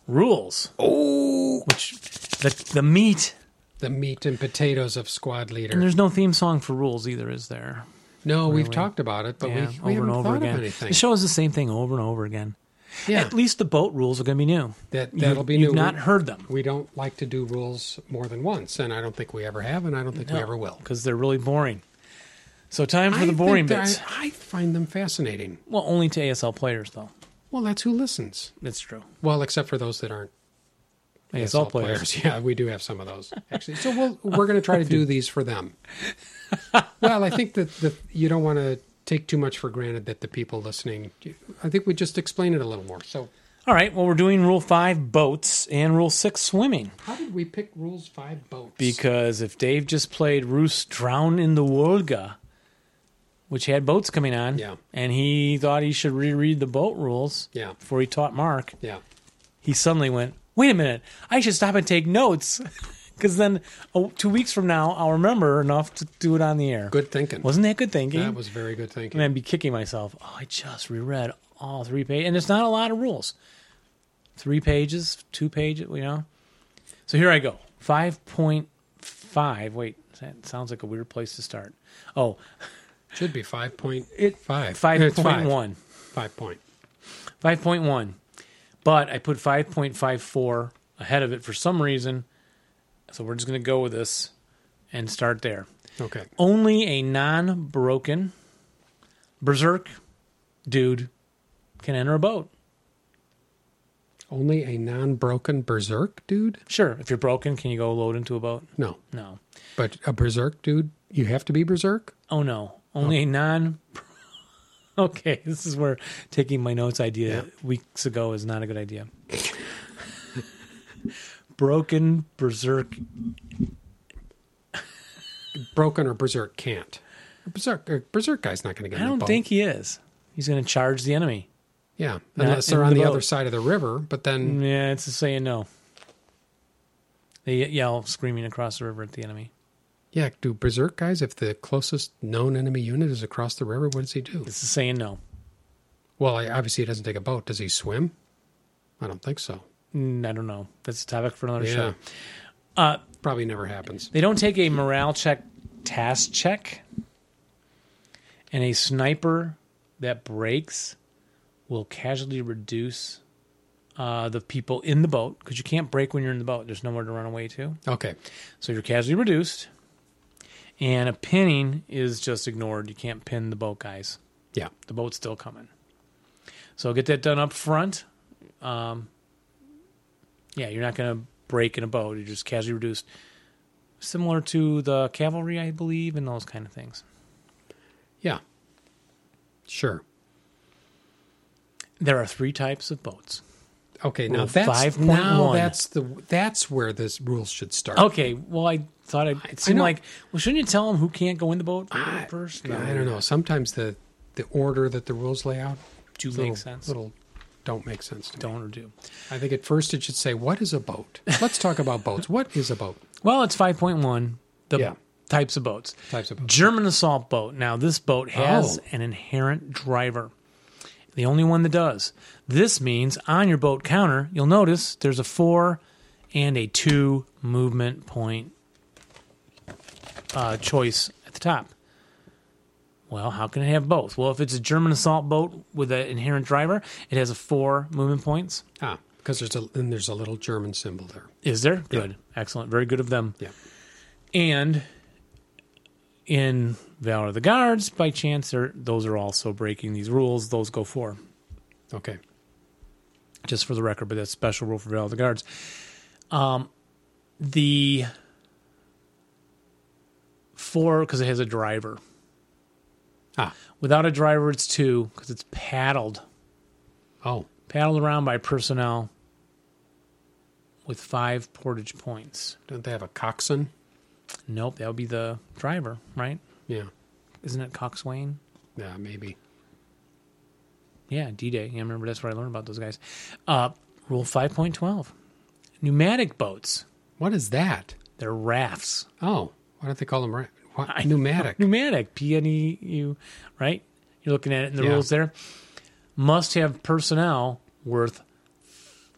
Rules.
Oh,
Which the the meat.
the meat and potatoes of squad leader.
And there's no theme song for rules either, is there?
No, we've talked about it, but
yeah, over
we, we haven't
and over
thought
again.
of anything.
The show is the same thing over and over again.
yeah,
At least the boat rules are going to be new.
that
You-
that'll be
you've
new.
not heard them
we don't like to do rules more than once, and I don't think we ever have, and I don't think we ever will.
because they're really boring. So time for
I
the
think
boring
that
bits.
I, I find them fascinating.
Well, only to ASL players though.
Well, that's who listens.
That's true.
Well, except for those that aren't
ASL, players.
Yeah, we do have some of those actually. So we'll, we're going to try to do these for them. Well, I think that the, you don't want to take too much for granted that the people listening. I think we just explain it a little more. So,
All right. Well, we're doing Rule Five boats and Rule Six swimming
how did we pick rules five boats?
because if Dave just played Roos Drown in the Wolga, which had boats coming on,
Yeah.
and he thought he should reread the boat rules,
Yeah.
before he taught Mark,
yeah,
he suddenly went, "Wait a minute! I should stop and take notes." Because then, oh, two weeks from now, I'll remember enough to do it on the air.
good thinking.
Wasn't that good thinking?
that was very good thinking.
and I'd be kicking myself. Oh, I just reread all three pages, and it's not a lot of rules. Three pages, two pages, you know. So here I go. Five point five. Wait, that sounds like a weird place to start. Oh,
Should be five point
It-
five.
five
It's
point one.
Five point.
Five point one. But I put five point five four ahead of it for some reason. So we're just gonna go with this and start there.
Okay.
only a non broken berserk dude can enter a boat.
Only a non-broken berserk dude.
Sure, if you're broken, can you go load into a boat?
No,
No.
but a berserk dude. You have to be berserk.
Oh no. Only a non Okay, this is where taking my notes idea weeks ago is not a good idea. broken berserk
Broken or berserk can't. A berserk a berserk guy's not going to get.
I
in a
don't
boat.
think he is. He's gonna charge the enemy.
Yeah, unless
in
they're on
the
the,
boat.
other side of the river. But then
Yeah, it's a saying no. They yell screaming across the river at the enemy.
Yeah, do Berserk guys, if the closest known enemy unit is across the river, what does he do?
It's a saying no.
Well, I, obviously he doesn't take a boat. Does he swim? I don't think so.
Mm, I don't know. That's a topic for another
Yeah.
show.
Probably never happens.
They don't take a morale check, task check, and a sniper that breaks will casually reduce uh, the people in the boat because you can't break when you're in the boat. There's nowhere to run away to,
Okay.
so you're casually reduced. And a pinning is just ignored. You can't pin the boat guys.
Yeah.
The boat's still coming. So get that done up front. Um, yeah, you're not going to break in a boat. You're just casually reduced. Similar to the cavalry, I believe, and those kind of things.
Yeah. Sure.
There are three types of boats.
Okay. Now
Rule
that's
5.1.
now that's the that's where this rules should start.
Okay, well, I thought I'd, it seemed
know.
like, well, shouldn't you tell them who can't go in the boat
I,
first? No,
I don't know. Sometimes the the order that the rules lay out
Do
is
make
a little,
sense.
Little don't make sense to me.
Don't or do.
I think at first it should say, "What is a boat?" Let's talk about boats. What is a boat?
Well, it's 5.1, the
Yeah.
types of boats.
Types of boats.
German assault boat. Now, this boat has
Oh.
an inherent driver, the only one that does. This means on your boat counter, you'll notice there's a four and a two movement point uh, choice at the top. Well, how can it have both? Well, if it's a German assault boat with an inherent driver, it has a four movement points.
Ah, because there's a and there's a little German symbol there.
Is there? Good. Excellent. Very good of them.
Yeah.
and in Valor of the Guards, by chance, they're, those are also breaking these rules. Those go for,
Okay.
just for the record, but that's special rule for Valor of the Guards. Um, the four, because it has a driver.
Ah.
Without a driver, it's two, because it's paddled.
Oh.
Paddled around by personnel with five portage points.
Don't they have a coxswain?
Nope, that would be the driver, right?
Yeah.
Isn't it coxswain?
Yeah, maybe.
Yeah, D Day. I remember that's what I learned about those guys. Uh, rule 5.12 pneumatic boats.
What is that?
They're rafts.
Oh, why don't they call them ra- what? pneumatic?
Pneumatic, P N E U, right? You're looking at it in the
Yeah.
rules there. Must have personnel worth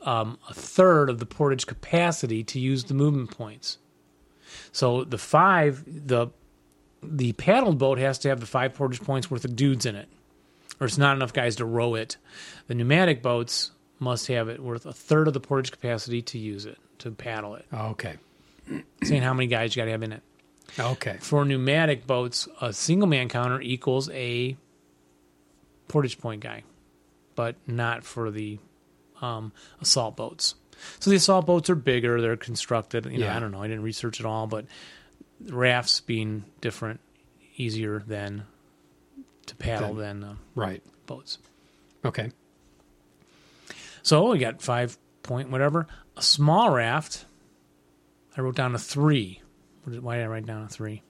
um, a third of the portage capacity to use the movement points. So the five, the the paddled boat has to have the five portage points worth of dudes in it, or it's not enough guys to row it. The pneumatic boats must have it worth a third of the portage capacity to use it to paddle it.
Okay.
Saying how many guys you got to have in it
Okay.
for pneumatic boats, a single man counter equals a portage point guy, but not for the um, assault boats. So the assault boats are bigger. They're constructed. You know,
Yeah.
I don't know. I didn't research it all, but rafts being different, easier than to paddle than uh,
Right.
boats.
Okay.
So we got five point whatever. A small raft. I wrote down a three. What did- Why did I write down a three?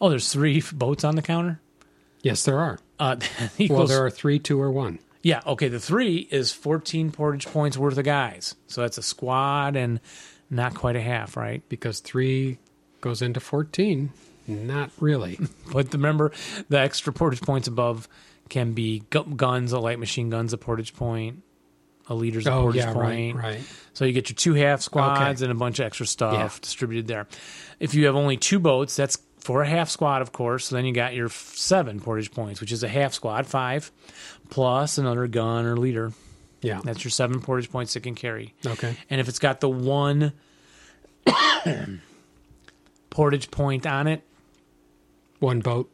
Oh, there's three f- boats on the counter.
Yes, there are.
Uh, that
Well,
equals,
there are three, two, or one.
yeah, okay. The three is 14 portage points worth of guys. So that's a squad and not quite a half, right?
because three goes into 14. Not really.
But remember, the extra portage points above can be gu- guns, a light machine gun's a portage point, a leader's a
oh,
portage
yeah, right,
point.
right.
So you get your two half squads and a bunch of extra stuff
Yeah.
distributed there. If you have only two boats, that's for a half squad, of course. So then you got your f- seven portage points, which is a half squad, five, plus another gun or leader.
Yeah.
That's your seven portage points it can carry.
Okay.
And if it's got the one portage point on it,
One boat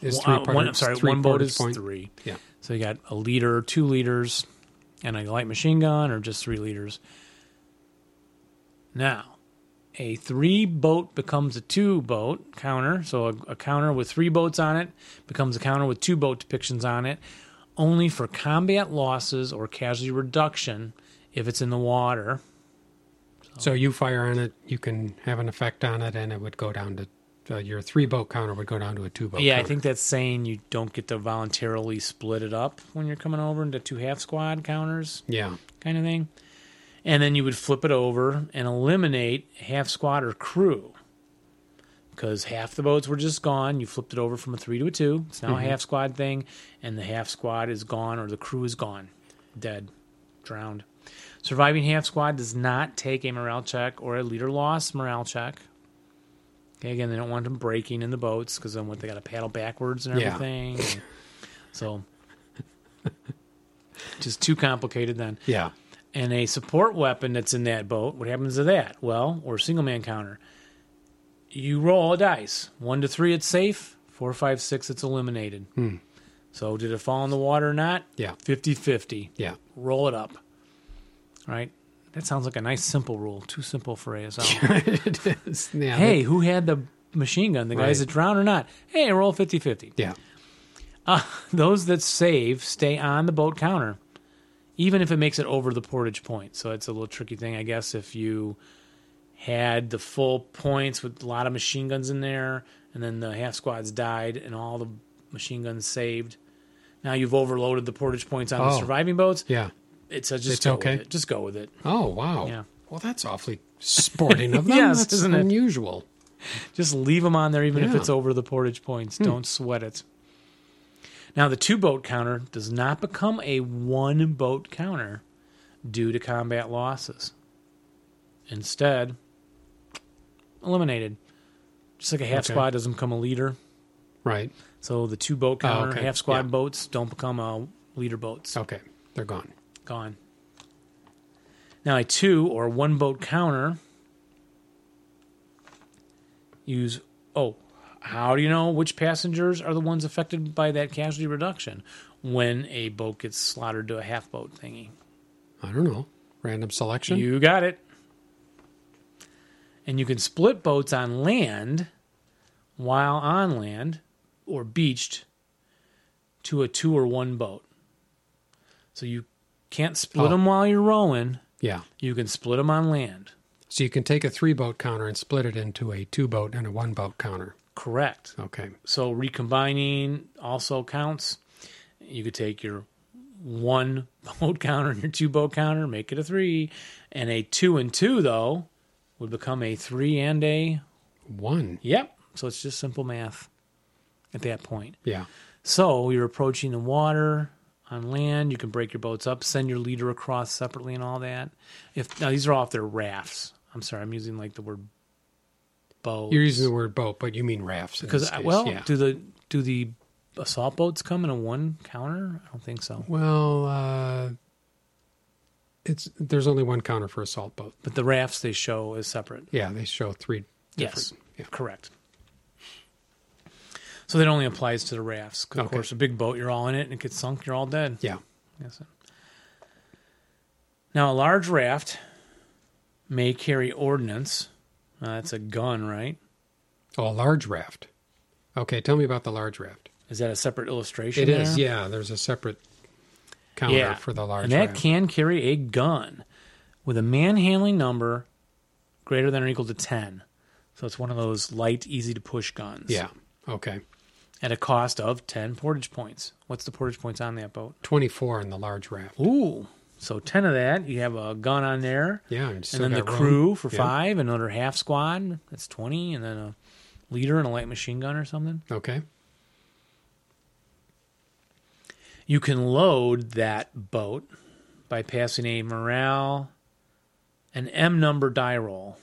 is three.
uh, one, I'm
parts-
sorry,
three
one boat
portage
is
point.
three.
Yeah.
So you got a leader, two leaders, and a light machine gun, or just three leaders. Now, a three boat becomes a two boat counter. So a, a counter with three boats on it becomes a counter with two boat depictions on it, only for combat losses or casualty reduction if it's in the water.
So you fire on it, you can have an effect on it, and it would go down to uh, your three boat counter would go down to a two boat.
yeah, I
counter.
think that's saying you don't get to voluntarily split it up when you're coming over into two half squad counters.
Yeah.
kind of thing. And then you would flip it over and eliminate half squad or crew because half the boats were just gone. You flipped it over from a three to a two. It's now a half squad thing, and the half squad is gone or the crew is gone, dead, drowned. Surviving half squad does not take a morale check or a leader loss morale check. Okay, again, they don't want them breaking in the boats because then what they got to paddle backwards and
Yeah.
everything. and- so just too complicated then
Yeah.
and a support weapon that's in that boat, what happens to that? Well, or single man counter. You roll a dice. One to three, it's safe. Four, five, six, it's eliminated. So, did it fall in the water or not?
Hmm. Yeah.
50 50.
Yeah.
Roll it up. All right. That sounds like a nice, simple rule. Too simple for ASL.
it is. Yeah,
hey,
that-
who had the machine gun? The guys
Right.
that drowned or not? Hey, roll 50 50.
yeah.
Those that save stay on the boat counter, even if it makes it over the portage point. So it's a little tricky thing, I guess, if you had the full points with a lot of machine guns in there, and then the half squads died, and all the machine guns saved. Now you've overloaded the portage points on the
Oh.
surviving boats.
Yeah.
It's a, just
It's
go
okay.
With it. Just go with it.
Oh, wow.
Yeah.
Well, that's awfully sporting of them.
Yes,
that's
isn't it?
unusual.
Just leave them on there, even if
Yeah. Hmm.
it's over the portage points. Don't sweat it. Now, the two boat counter does not become a one boat counter due to combat losses. Instead, eliminated. Just like a half
Okay.
squad doesn't become a leader.
Right.
So the two boat
Oh,
counter,
okay.
half squad
Yeah.
boats don't become a leader boats
Okay. They're gone.
gone. Now a two or one boat counter. Use oh, how do you know which passengers are the ones affected by that casualty reduction when a boat gets slaughtered to a half boat thingy?
I don't know. Random selection.
You got it. And you can split boats on land while on land or beached to a two or one boat. So you can't split
Oh.
them while you're rowing.
yeah.
You can split them on land.
So you can take a three boat counter and split it into a two boat and a one boat counter.
Correct.
Okay.
So recombining also counts. You could take your one boat counter and your two boat counter, make it a three. And a two and two, though, would become a three and a.
One.
Yep. So it's just simple math at that point.
Yeah.
So you're approaching the water on land. You can break your boats up, send your leader across separately, and all that. If now these are off their rafts. I'm sorry, I'm using like the word boat.
You're using the word boat, but you mean rafts. in
because
this case.
uh, well,
yeah.
do the do the assault boats come in a one counter? I don't think so.
well, uh, it's there's only one counter for assault boat.
But the rafts they show is separate.
Yeah, they show three.
Yes,
Different. Yeah.
correct. So that only applies to the rafts. 'cause Of
Okay.
course, a big boat, you're all in it, and it gets sunk, you're all dead.
Yeah.
Yes. sir. Now, a large raft may carry ordnance. Uh, that's a gun, right?
Oh, a large raft. Okay, tell me about the large raft.
Is that a separate illustration?
It is,
there?
yeah. There's a separate counter for the large
And that
round.
can carry a gun with a manhandling number greater than or equal to 10. So it's one of those light, easy to push guns.
yeah. Okay.
At a cost of 10 portage points. What's the portage points on that boat?
24 in the large raft.
Ooh. So 10 of that. You have a gun on there.
Yeah. And, still
and then the
got room.
crew for
Yeah.
five, another half squad. That's 20. And then a leader and a light machine gun or something.
Okay.
You can load that boat by passing a morale, an M number die roll.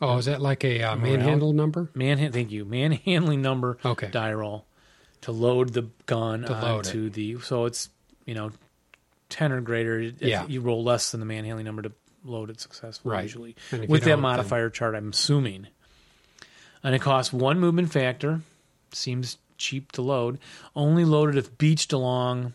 Oh, is that like a uh,
Morale?
manhandle number?
Manhan- thank you, manhandling number
Okay.
die roll to load the gun
To load
onto the. So it's you know ten or greater. If
Yeah.
you roll less than the manhandling number to load it successfully.
Right.
Usually,
And if you
with that
don't, then-
modifier chart, I'm assuming, and it costs one movement factor. Seems cheap to load. Only loaded if beached along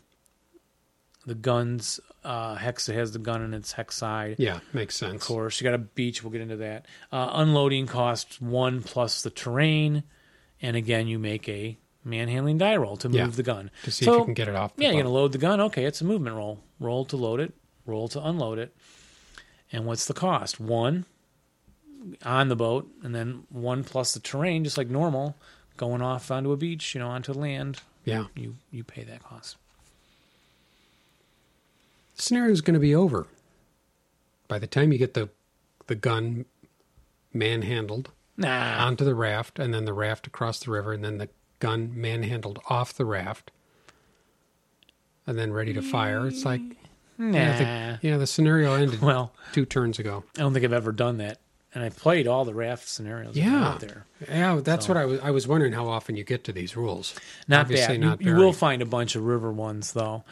the gun's uh, hex. It has the gun in its hex side
Yeah, makes sense.
course. You got a beach. We'll get into that. Uh, unloading costs one plus the terrain, and again, you make a manhandling die roll to move
Yeah,
the gun
To see if you can get it off. The
Yeah, you're
boat.
gonna load the gun. Okay, it's a movement roll. Roll to load it. Roll to unload it. And what's the cost? One on the boat, and then one plus the terrain, just like normal, going off onto a beach. You know, onto land.
Yeah.
You you pay that cost.
The scenario's going to be over by the time you get the the gun manhandled
Nah.
onto the raft, and then the raft across the river, and then the gun manhandled off the raft, and then ready to fire. It's like
nah.
yeah, the, yeah, the scenario ended
well,
two turns ago.
I don't think I've ever done that. And I played all the raft scenarios that are
Yeah.
out there.
Yeah, that's what I was. I was wondering how often you get to these rules.
Not
Obviously
bad.
not
you, you
very.
will find a bunch of river ones though.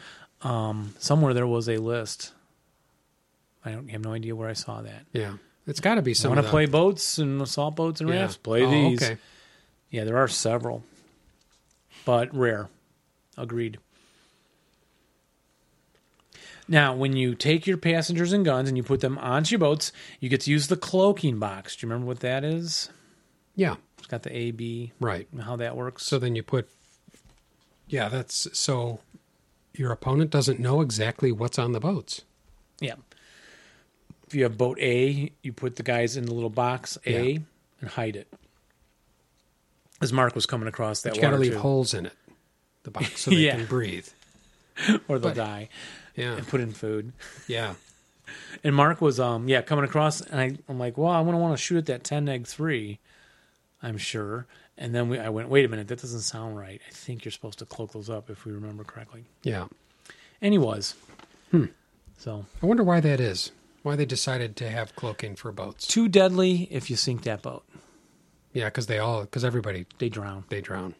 Um, somewhere there was a list. I don't have no idea where I saw that.
Yeah, it's got to be some.
Want
of
to
the-
play boats and assault boats and
Yeah.
rafts? Play
Oh,
these.
Okay.
Yeah, there are several, but rare. Agreed. Now, when you take your passengers and guns and you put them onto your boats, you get to use the cloaking box. Do you remember what that is?
Yeah.
It's got the A B
Right.
and how that works.
So then you put, yeah, that's so your opponent doesn't know exactly what's on the boats.
yeah. If you have boat A, you put the guys in the little box A
Yeah.
and hide it. As Mark was coming across that
You got to
water
leave
tube,
holes in it, the box, so they
Yeah.
can breathe.
or they'll
but-
die
Yeah.
and put in food.
Yeah.
And Mark was um yeah coming across, and I, I'm like, well, I'm gonna want to shoot at that ten egg three, I'm sure. And then we, I went, wait a minute, that doesn't sound right. I think you're supposed to cloak those up if we remember correctly.
Yeah.
And he was.
Hmm.
So
I wonder why that is. Why they decided to have cloaking for boats?
too deadly if you sink that boat,
Yeah, because they all, because everybody
they drown.
they drown.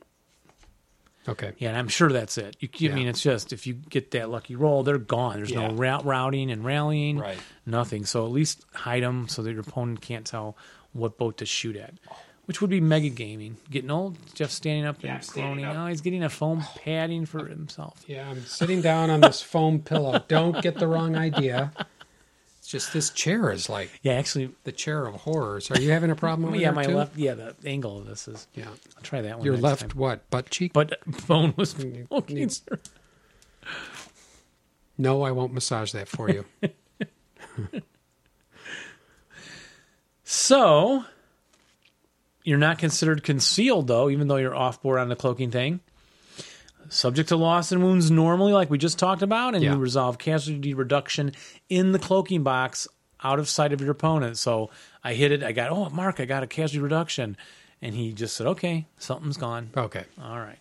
Okay.
Yeah, and I'm sure that's it. You, I mean,
Yeah.
it's just if you get that lucky roll, they're gone. There's no
Yeah.
route routing and rallying,
Right.
Nothing. So at least hide them so that your opponent can't tell what boat to shoot at, which would be mega gaming. Getting old, Jeff standing up and groaning. Oh, he's getting a foam padding for himself.
Yeah, I'm sitting down on this foam pillow. Don't get the wrong idea. It's just this chair is like
Yeah, actually,
the chair of horrors. Are you having a problem with
yeah, my left, yeah, the angle of this is.
Yeah.
I'll try that one.
Your
next
left
time.
what? Butt cheek?
but bone was poking.
needs- No, I won't massage that for you.
So you're not considered concealed though, even though you're off board on the cloaking thing. Subject to loss and wounds normally, like we just talked about, and
Yeah.
you resolve casualty reduction in the cloaking box out of sight of your opponent. So I hit it, I got, oh, Mark, I got a casualty reduction. And he just said, okay, something's gone.
Okay.
All right.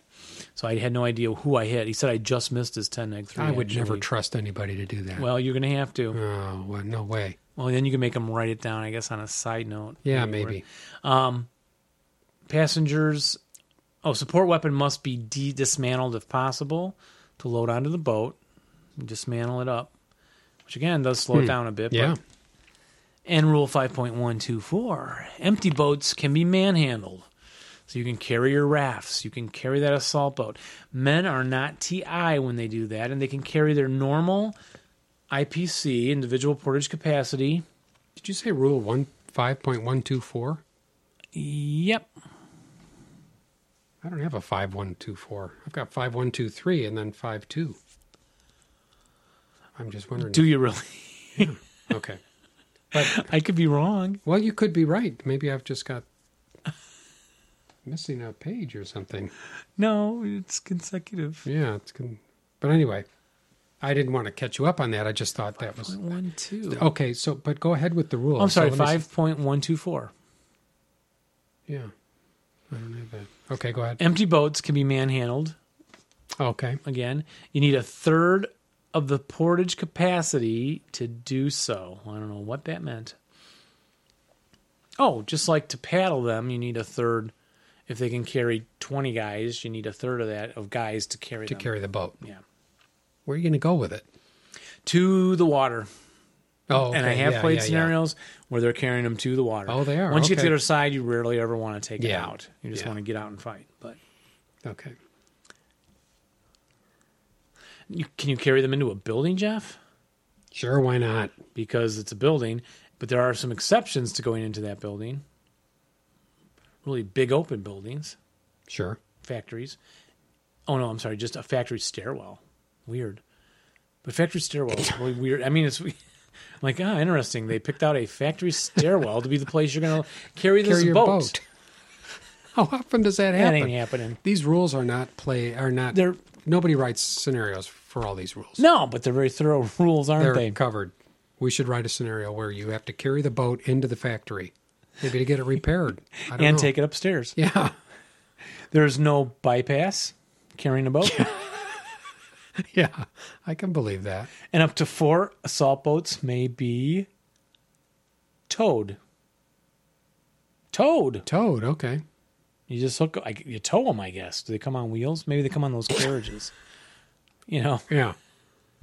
So I had no idea who I hit. He said I just missed his 10 egg 3.
I would never
actually.
trust anybody to do that.
Well, you're going to have to.
oh, well, no way.
Well, then you can make him write it down, I guess, on a side note.
Yeah,
Or-
maybe.
passengers oh support weapon must be de- dismantled if possible to load onto the boat dismantle it up which again does slow it down a bit
Yeah.
but, and rule 5.124 empty boats can be manhandled so you can carry your rafts you can carry that assault boat men are not ti when they do that and they can carry their normal ipc individual portage capacity
Did you say rule one five point one two four?
Yep.
I don't have a five one two four. I've got five one two three and then five two. I'm just wondering.
Do you really?
okay. But
I could be wrong.
well, you could be right. Maybe I've just got missing a page or something.
No, it's consecutive.
Yeah, it's con- but anyway, I didn't want to catch you up on that. I just thought that was
One two.
okay. So, but go ahead with the rules.
Oh, I'm sorry.
So let me
Five point one two four.
see- Yeah,
Oh,
I don't have that. Okay, go ahead.
Empty boats can be manhandled.
Okay,
Again, you need a third of the portage capacity to do so. I don't know what that meant. Oh, just like to paddle them, you need a third. If they can carry twenty guys, you need a third of that of guys to carry
to
them
carry the boat.
Yeah.
Where are you going to go with it?
to the water.
Oh,
and I
okay,
have
yeah,
played
yeah, yeah.
scenarios where they're carrying them to the water.
Oh, they are,
Once you get to
okay.
the other side, you rarely ever want to take it
Yeah.
out. You just
Yeah.
want to get out and fight. But
Okay.
you, can you carry them into a building, Jeff?
Sure, why not?
Because it's a building, but there are some exceptions to going into that building. Really big open buildings,
Sure.
factories. Oh no, I'm sorry, just a factory stairwell. Weird, but factory stairwell is really weird. I mean, it's I'm like ah, interesting. They picked out a factory stairwell to be the place you're going to carry this
Carry your boat.
boat.
How often does that
That
happen?
ain't happening.
These rules are not play are not.
They're
nobody writes scenarios for all these rules.
no, but they're very thorough rules, aren't
They're
they?
covered. We should write a scenario where you have to carry the boat into the factory, maybe to get it repaired. I don't
And
know.
take it upstairs.
Yeah,
There's no bypass carrying a boat,
yeah, I can believe that.
and up to four assault boats may be towed. Towed.
Toad. Okay.
You just hook. I, you tow them, I guess. Do they come on wheels? Maybe they come on those carriages. you know.
Yeah.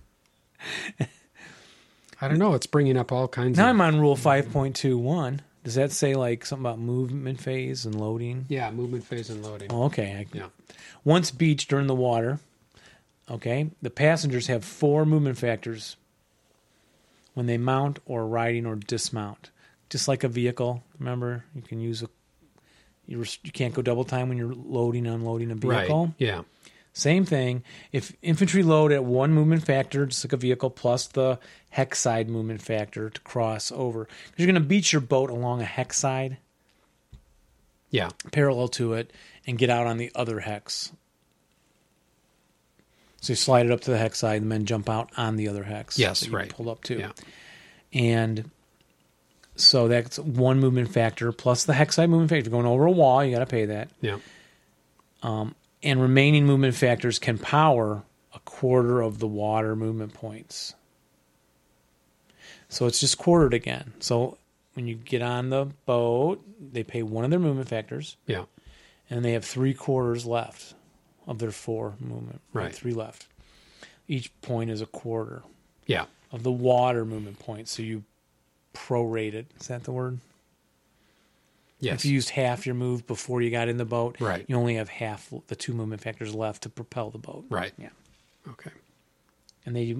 I don't know. It's bringing up all kinds
Now
of
I'm on rule five point two one. Does that say like something about movement phase and loading?
yeah movement phase and loading.
Oh, okay. I,
Yeah.
Once beached during the water, okay, the passengers have four movement factors when they mount or riding or dismount. Just like a vehicle, remember, you can use a you, res- you can't go double time when you're loading unloading a vehicle.
Right. Yeah.
Same thing. If infantry load at one movement factor, just like a vehicle, plus the hex side movement factor to cross over, 'Cause you're going to beach your boat along a hex side
Yeah.
parallel to it and get out on the other hex. So you slide it up to the hex side and then jump out on the other hex.
Yes,
that you can
right.
Pull up to.
Yeah.
And so that's one movement factor plus the hex side movement factor. Going over a wall, you got to pay that.
Yeah.
And remaining movement factors can power a quarter of the water movement points. So it's just quartered again. So when you get on the boat, they pay one of their movement factors.
Yeah.
and they have three quarters left of their four movement.
Right.
three left. Each point is a quarter
Yeah.
of the water movement point. So you prorate it. Is that the word?
Yes.
If you used half your move before you got in the boat,
Right.
you only have half the two movement factors left to propel the boat.
right.
Yeah.
Okay.
and they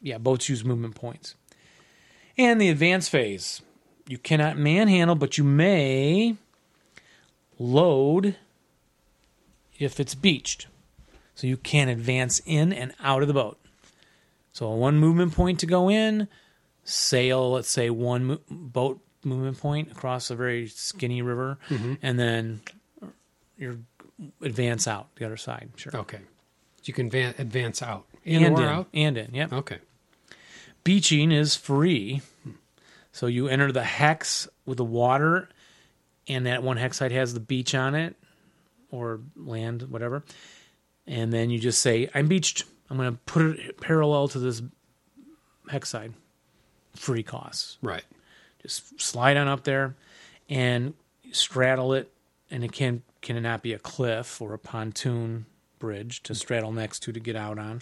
yeah boats use movement points and the advance phase you cannot manhandle but you may load if it's beached so you can advance in and out of the boat so one movement point to go in sail let's say one mo- boat movement point across a very skinny river
Mm-hmm.
and then your advance out the other side sure
Okay. You can van- advance out Oh, in
and in
or out.
and in yep
Okay.
beaching is free. So you enter the hex with the water, and that one hex site has the beach on it or land, whatever. And then you just say, I'm beached. I'm going to put it parallel to this hex side. Free costs.
Right.
Just slide on up there and straddle it. And it can cannot be a cliff or a pontoon bridge to straddle next to to get out on.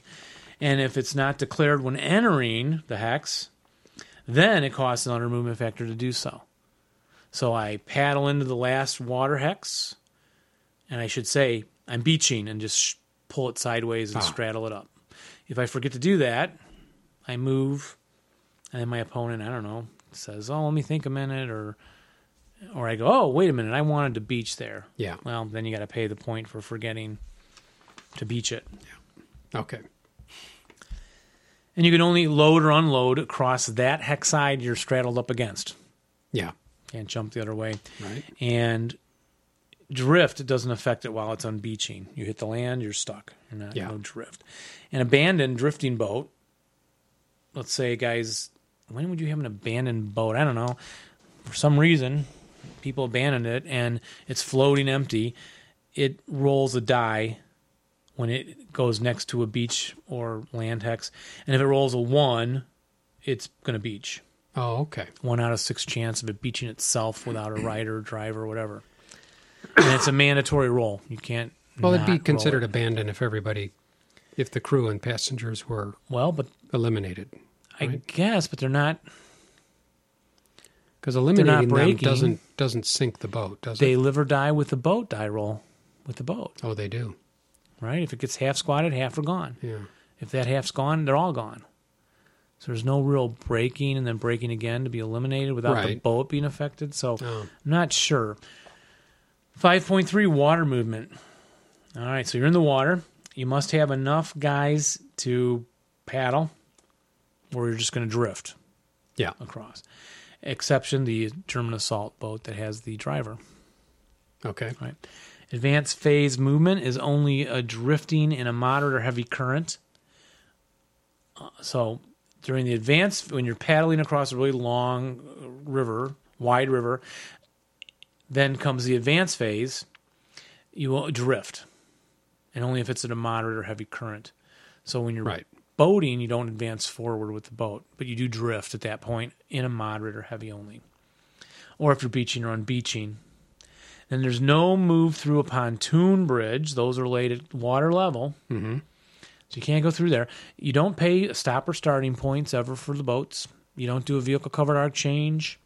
And if it's not declared when entering the hex, then it costs another movement factor to do so. So I paddle into the last water hex, and I should say I'm beaching and just sh- pull it sideways and straddle it up. If I forget to do that, I move, and then my opponent, I don't know, says, "Oh, let me think a minute," or or I go, oh, wait a minute, I wanted to beach there.
Yeah.
Well, then you got to pay the point for forgetting to beach it.
Okay.
And you can only load or unload across that hex side you're straddled up against.
Yeah.
Can't jump the other way.
Right.
And drift doesn't affect it while it's on beaching. You hit the land, you're stuck. You're not
Yeah.
no drift. An abandoned drifting boat. Let's say, guys, when would you have an abandoned boat? I don't know. For some reason, people abandoned it and it's floating empty. It rolls a die when it goes next to a beach or land hex, and if it rolls a one, it's gonna beach
Oh, okay.
one out of six chance of it beaching itself without a rider, driver, or whatever. And it's a mandatory roll. You can't.
Well,
not
it'd
roll
be
it.
considered abandoned if everybody, if the crew and passengers were
Well, but
eliminated,
I
Right.
guess, but they're not.
because eliminating them
breaking.
doesn't doesn't sink the boat, does
They
it?
live or die with the boat die roll, with the boat,
Oh, they do.
right? If it gets half squatted, half are gone.
Yeah.
If that half's gone, they're all gone. So there's no real breaking and then breaking again to be eliminated without the
Right.
boat being affected. So
Oh.
I'm not sure. 5.3 water movement. All right, so you're in the water. You must have enough guys to paddle or you're just going to drift
Yeah.
across. Exception the German assault boat that has the driver.
Okay.
Right. Advanced phase movement is only a drifting in a moderate or heavy current. Uh, so during the advanced, when you're paddling across a really long uh, river, wide river, then comes the advanced phase. You will drift, and only if it's at a moderate or heavy current. So when you're
Right.
boating, you don't advance forward with the boat, but you do drift at that point in a moderate or heavy only. Or if you're beaching or on beaching, and there's no move through a pontoon bridge. Those are laid at water level. Mm-hmm. So you can't go through there. You don't pay stop or starting points ever for the boats. You don't do a vehicle covered arc change.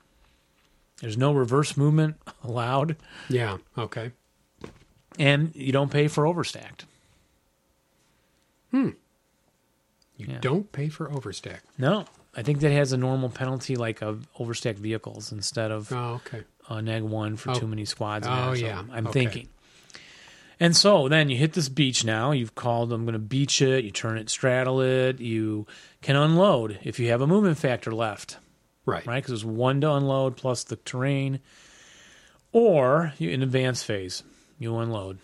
There's no reverse movement allowed.
Yeah. Okay.
And you don't pay for overstacked.
You
Yeah.
don't pay for overstack.
No. I think that has a normal penalty like of overstacked vehicles instead of
Oh, okay.
uh, neg one for
Oh.
too many squads. in
Oh,
there, so
yeah.
I'm
Okay.
thinking. And so then you hit this beach. Now you've called. I'm going to beach it. You turn it, straddle it. You can unload if you have a movement factor left,
Right.
right? Because there's one to unload plus the terrain, or you in advanced phase you unload.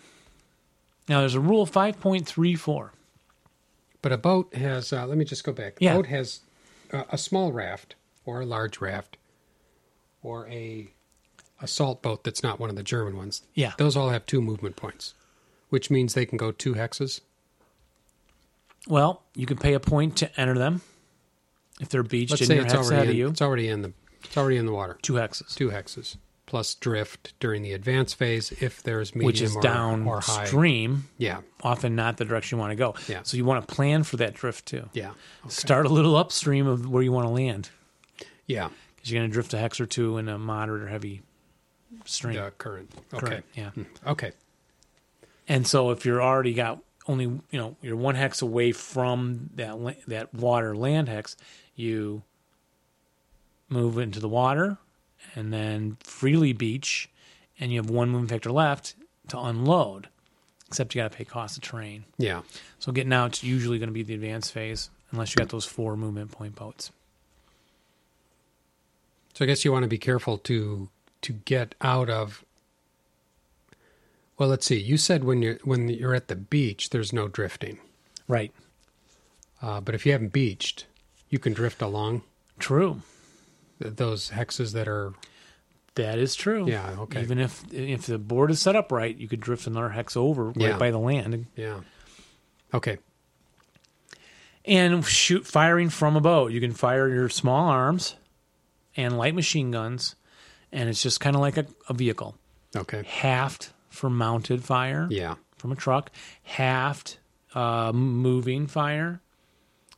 Now there's a rule 5.34.
But a boat has. Uh, let me just go back. A
Yeah.
boat has uh, a small raft or a large raft or a assault boat that's not one of the German ones.
Yeah.
Those all have two movement points, which means they can go two hexes.
Well, you can pay a point to enter them if they're beached
Let's
and
say
you're
it's
hex ahead
already
of
in,
you.
it's already in the it's already in the water.
Two hexes.
Two hexes plus drift during the advanced phase if there's medium
which is
or, or high.
downstream.
Yeah.
often not the direction you want to go.
Yeah.
So you want to plan for that drift too.
Yeah. Okay.
Start a little upstream of where you want to land
Yeah.
because you're going to drift a hex or two in a moderate or heavy stream.
The current. Okay.
Correct. Yeah.
Okay.
And so if you're already got only you know you're one hex away from that la- that water land hex, you move into the water and then freely beach, and you have one movement factor left to unload. Except you got to pay cost of terrain.
Yeah.
So getting out it's usually going to be the advanced phase, unless you got those four movement point boats.
So I guess you want to be careful to to get out of. Well, let's see. You said when you're when you're at the beach, there's no drifting.
Right.
Uh, but if you haven't beached, you can drift along
True.
th- those hexes that are.
That is true.
Yeah, okay.
Oh. Even if if the board is set up right, you could drift another hex over right
Yeah.
by the land
Yeah. Okay.
and shoot firing from a boat. You can fire your small arms and light machine guns, and it's just kind of like a, a vehicle,
Okay.
halved for mounted fire
Yeah.
from a truck, halved uh, moving fire.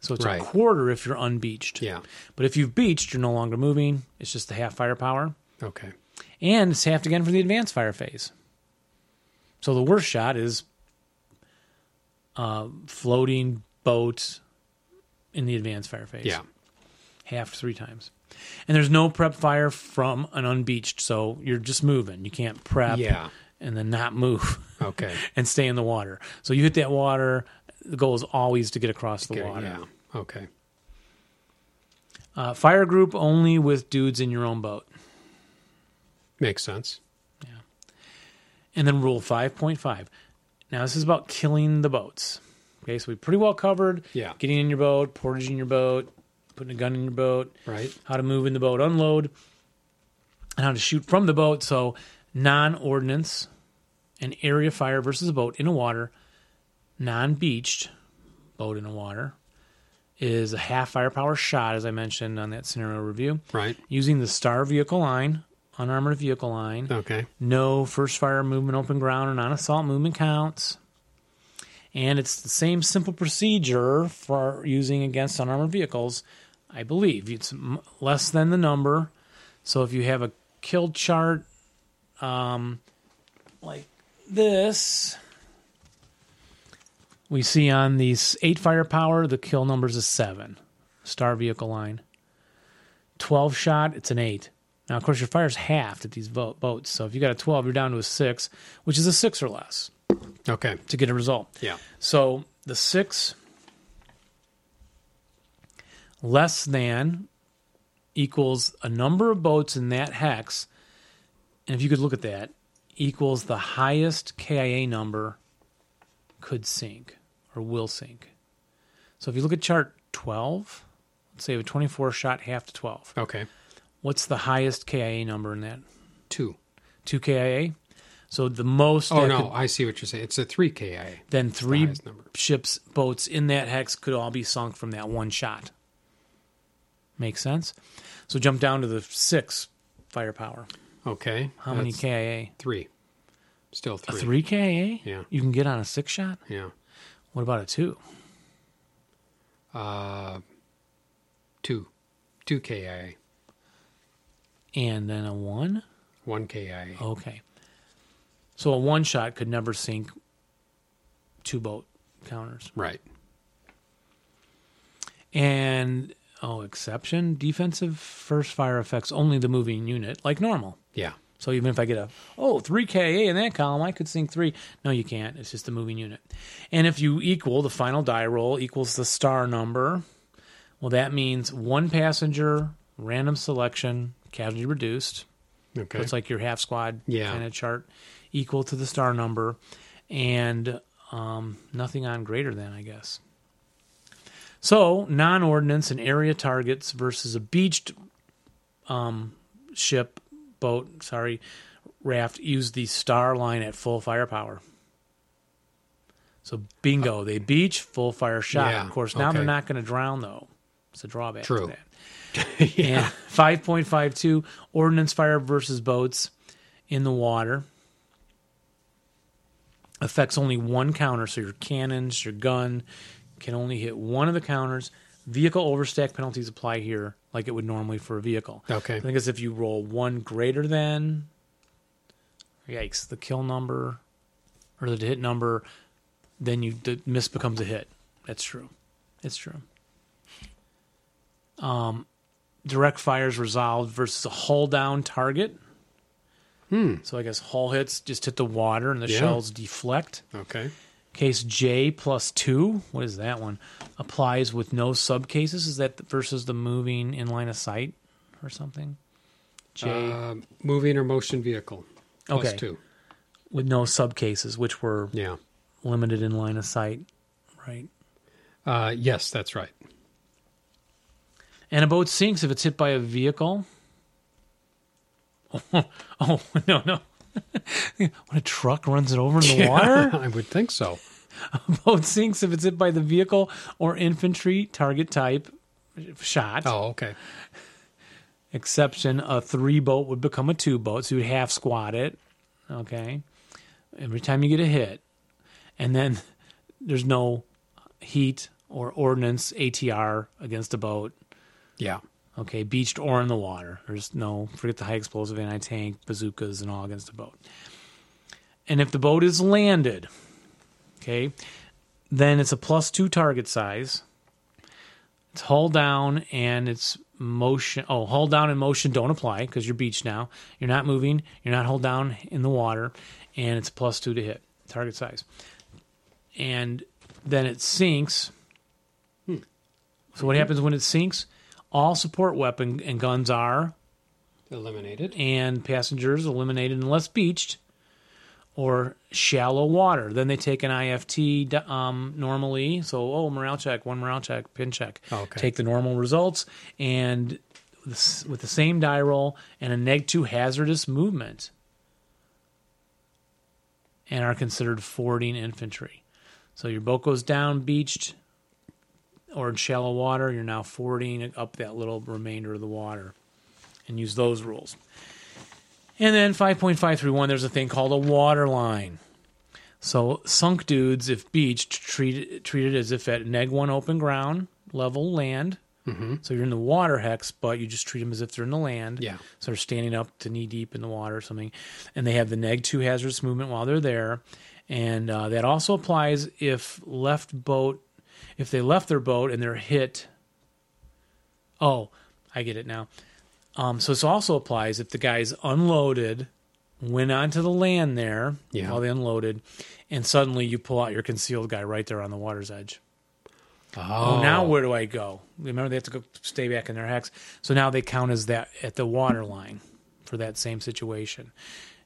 So it's
Right.
a quarter if you're unbeached.
Yeah.
But if you've beached, you're no longer moving. It's just the half firepower.
Okay.
And it's halved again for the advanced fire phase. So the worst shot is uh, floating boat in the advanced fire phase.
Yeah.
Halved three times. And there's no prep fire from an unbeached, so you're just moving. You can't prep
Yeah.
and then not move
Okay.
and stay in the water. So you hit that water. The goal is always to get across the
Get it,
water.
yeah. Okay.
Uh, fire group only with dudes in your own boat.
Makes sense.
And then rule 5.5. Now, this is about killing the boats. Okay, so we pretty well covered
Yeah.
getting in your boat, portaging your boat, putting a gun in your boat,
Right.
how to move in the boat, unload, and how to shoot from the boat. So, non ordnance, an area fire versus a boat in a water, non beached boat in a water is a half firepower shot, as I mentioned on that scenario review,
Right.
using the star vehicle line, unarmored vehicle line.
Okay.
No first fire movement, open ground, or non assault movement counts. And it's the same simple procedure for using against unarmored vehicles, I believe. It's m- less than the number. So if you have a kill chart um, like this, we see on the s- eight firepower, the kill numbers is seven. Star vehicle line. 12 shot, it's an 8. Now, of course, your fire's halved at these bo- boats. So if you got a 12, you're down to a 6, which is a 6 or less
Okay.
to get a result.
Yeah.
So the 6 less than equals a number of boats in that hex. And if you could look at that, equals the highest KIA number could sink or will sink. So if you look at chart 12, let's say you have a 24 shot half to 12.
Okay.
What's the highest KIA number in that?
Two.
Two KIA. So the most.
Oh
that
no,
could-
I see what you're saying. It's a three KIA.
then three
highest number.
ships, boats in that hex could all be sunk from that one shot. Makes sense. So jump down to the six firepower.
Okay.
How many
That's
KIA?
Three. Still
A
three.
three KIA.
Yeah.
You can get on a six shot.
Yeah.
What about a two?
Uh, two. Two KIA.
And then a one.
One KIA.
Okay. So a one shot could never sink two boat counters.
Right.
And oh, exception defensive first fire affects only the moving unit like normal.
Yeah.
So even if I get a oh three KA in that column, I could sink three. No, you can't. It's just the moving unit. And if you equal the final die roll equals the star number, well that means one passenger, random selection, casualty reduced.
Okay.
So it's like your half squad
Yeah.
kind of chart equal to the star number and um, nothing on greater than, I guess. So non ordnance and area targets versus a beached um, ship, boat, sorry, raft use the star line at full firepower. So bingo, they beach, full fire shot.
Uh, Yeah,
of course, now they're
okay.
not going to drown though. It's a drawback. To
True.
that. And 5.52 ordnance fire versus boats in the water affects only one counter so your cannons your gun can only hit one of the counters vehicle overstack penalties apply here like it would normally for a vehicle
Okay.
i think it's if you roll one greater than yikes the kill number or the hit number then you the miss becomes a hit that's true it's true um direct fires resolved versus a hull down target hmm so i guess hull hits just hit the water and the
Yeah.
shells deflect
Okay.
case j plus two what is that one applies with no subcases is that versus the moving in line of sight or something j
Um, moving or motion vehicle. Plus
Okay.
two.
with no subcases which were
Yeah.
limited in line of sight right
Uh, yes, that's right.
And a boat sinks if it's hit by a vehicle. Oh, no, no. when a truck runs it over in the water?
I would think so.
A boat sinks if it's hit by the vehicle or infantry target type shot.
Oh, okay.
Exception a three boat would become a two boat, so you'd half squat it. Okay. Every time you get a hit. And then there's no heat or ordnance ATR against a boat.
Yeah.
okay, beached or in the water. There's no forget the high explosive anti tank, bazookas, and all against the boat. And if the boat is landed, okay, then it's a plus two target size. It's hull down and it's motion. Oh, hold down and motion don't apply because you're beached now. You're not moving. You're not hold down in the water, and it's plus two to hit target size, and then it sinks. So what happens when it sinks? All support weapon and guns are
Eliminated.
and passengers eliminated unless beached or shallow water. Then they take an IFT um, normally. So, oh, morale check, one morale check, pin check.
Okay.
Take the normal results and this, with the same die roll and a neg two hazardous movement and are considered fording infantry. So your boat goes down, beached, or in shallow water. You're now fording up that little remainder of the water and use those rules. And then 5.531, there's a thing called a water line. So sunk dudes, if beached, treat, treated as if at neg one open ground level land. So you're in the water hex, but you just treat them as if they're in the land.
Yeah.
So they're standing up to knee deep in the water or something, and they have the neg two hazardous movement while they're there, and uh, that also applies if left boat, if they left their boat and they're hit. Oh, I get it now. Um, so this also applies if the guy's unloaded, went onto the land there
Yeah.
while they unloaded, and suddenly you pull out your concealed guy right there on the water's edge.
Oh,
Oh, now where do I go? Remember, they have to go stay back in their hex. So now they count as that at the water line for that same situation.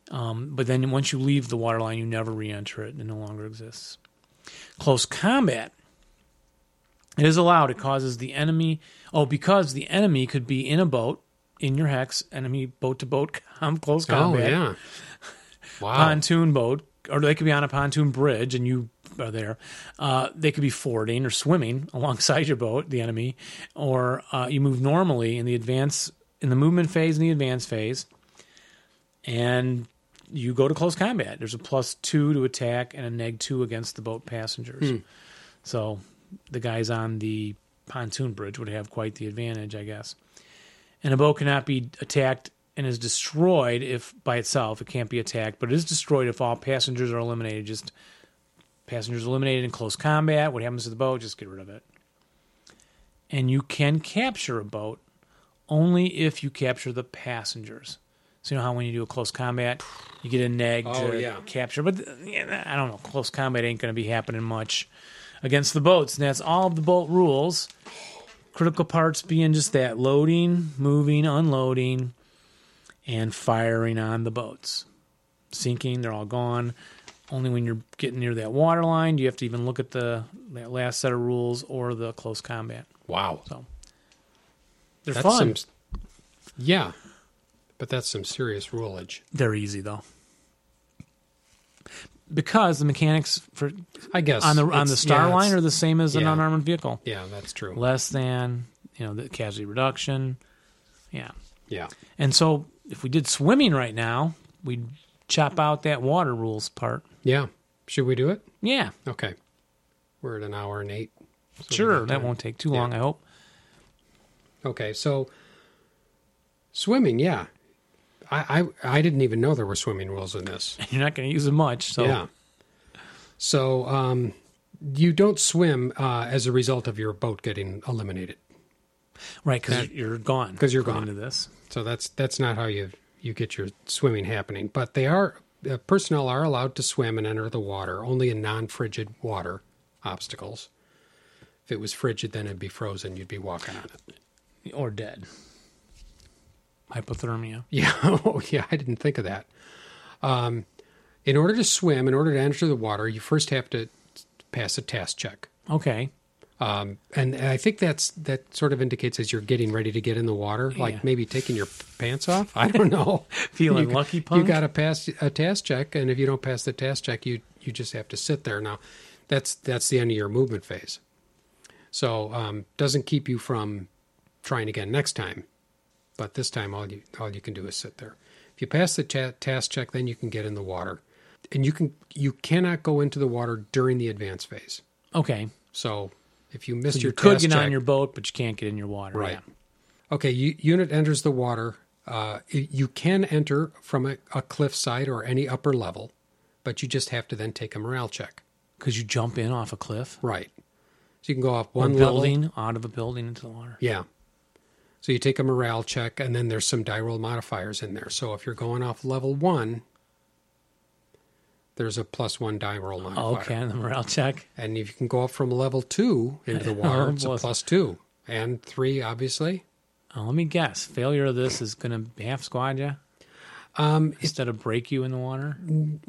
Um, but then once you leave the water line, you never re enter it. It no longer exists. Close combat. It is allowed. It causes the enemy. Oh, because the enemy could be in a boat, in your hex, enemy boat to boat, close
Oh,
combat
yeah. Wow.
pontoon boat, or they could be on a pontoon bridge and you are there. Uh, they could be fording or swimming alongside your boat, the enemy, or uh, you move normally in the advance, in the movement phase and the advance phase, and you go to close combat. There's a plus two to attack and a neg two against the boat passengers. So the guys on the pontoon bridge would have quite the advantage, I guess. And a boat cannot be attacked and is destroyed if by itself it can't be attacked, but it is destroyed if all passengers are eliminated. Just passengers eliminated in close combat. What happens to the boat? Just get rid of it. And you can capture a boat only if you capture the passengers. So you know how when you do a close combat, you get a neg
Oh,
to
yeah.
capture, but uh, yeah, I don't know. Close combat ain't going to be happening much against the boats, and that's all of the boat rules critical parts being just that loading, moving, unloading, and firing on the boats. Sinking, they're all gone. Only when you're getting near that water line do you have to even look at the that last set of rules or the close combat.
wow.
So they're
That's
fun.
some. Yeah. But that's some serious rulage.
they're easy though. Because the mechanics for
I guess.
on the on
it's-
the star
yeah, it's-
line are the same as an
yeah.
unarmored vehicle.
Yeah, that's true.
Less than, you know, the casualty reduction. Yeah.
yeah.
And so if we did swimming right now, we'd chop out that water rules part.
Yeah. Should we do it?
Yeah,
Okay. We're at an hour and eight. So we
sure.
got
That
time.
won't take too long, I hope.
Okay, so swimming, yeah. I, I I didn't even know there were swimming rules in this.
You're not going to use it much. So
Yeah. So um, you don't swim uh, as a result of your boat getting eliminated.
right, because you're gone.
'Cause you're
going
gone.
to this.
So that's that's not how you you get your swimming happening. But they are uh, personnel are allowed to swim and enter the water only in non-frigid water obstacles. If it was frigid, then it'd be frozen. You'd be walking on it.
Or dead. Hypothermia.
Yeah. Oh, yeah. I didn't think of that. Um, in order to swim, in order to enter the water, you first have to pass a task check.
Okay.
Um, and I think that's that sort of indicates as you're getting ready to get in the water,
Yeah.
like maybe taking your pants off. I don't know.
Feeling
You-
lucky
You
punk?
got to pass a task check, and if you don't pass the task check, you you just have to sit there. Now, that's that's the end of your movement phase. So um, doesn't keep you from trying again next time, but this time all you all you can do is sit there. If you pass the ta- task check, then you can get in the water, and you can you cannot go into the water during the advance phase.
Okay.
So if you missed
So
your
you could
task
get
check-
on your boat, but you can't get in your water.
Right.
Yeah.
Okay, u- unit enters the water. Uh, y- you can enter from a, a cliffside or any upper level, but you just have to then take a morale check.
Because you jump in off a cliff,
Right. So you can go off
or
one level.
building, out of a building into the water.
Yeah. So you take a morale check, and then there's some die roll modifiers in there. So if you're going off level one, there's a plus one die roll modifier.
Okay, and the morale check.
And if you can go up from level two into the water, it's a plus two. And three, obviously.
Uh, let me guess. Failure of this is going to half squad you
Um,
instead of break you in the water.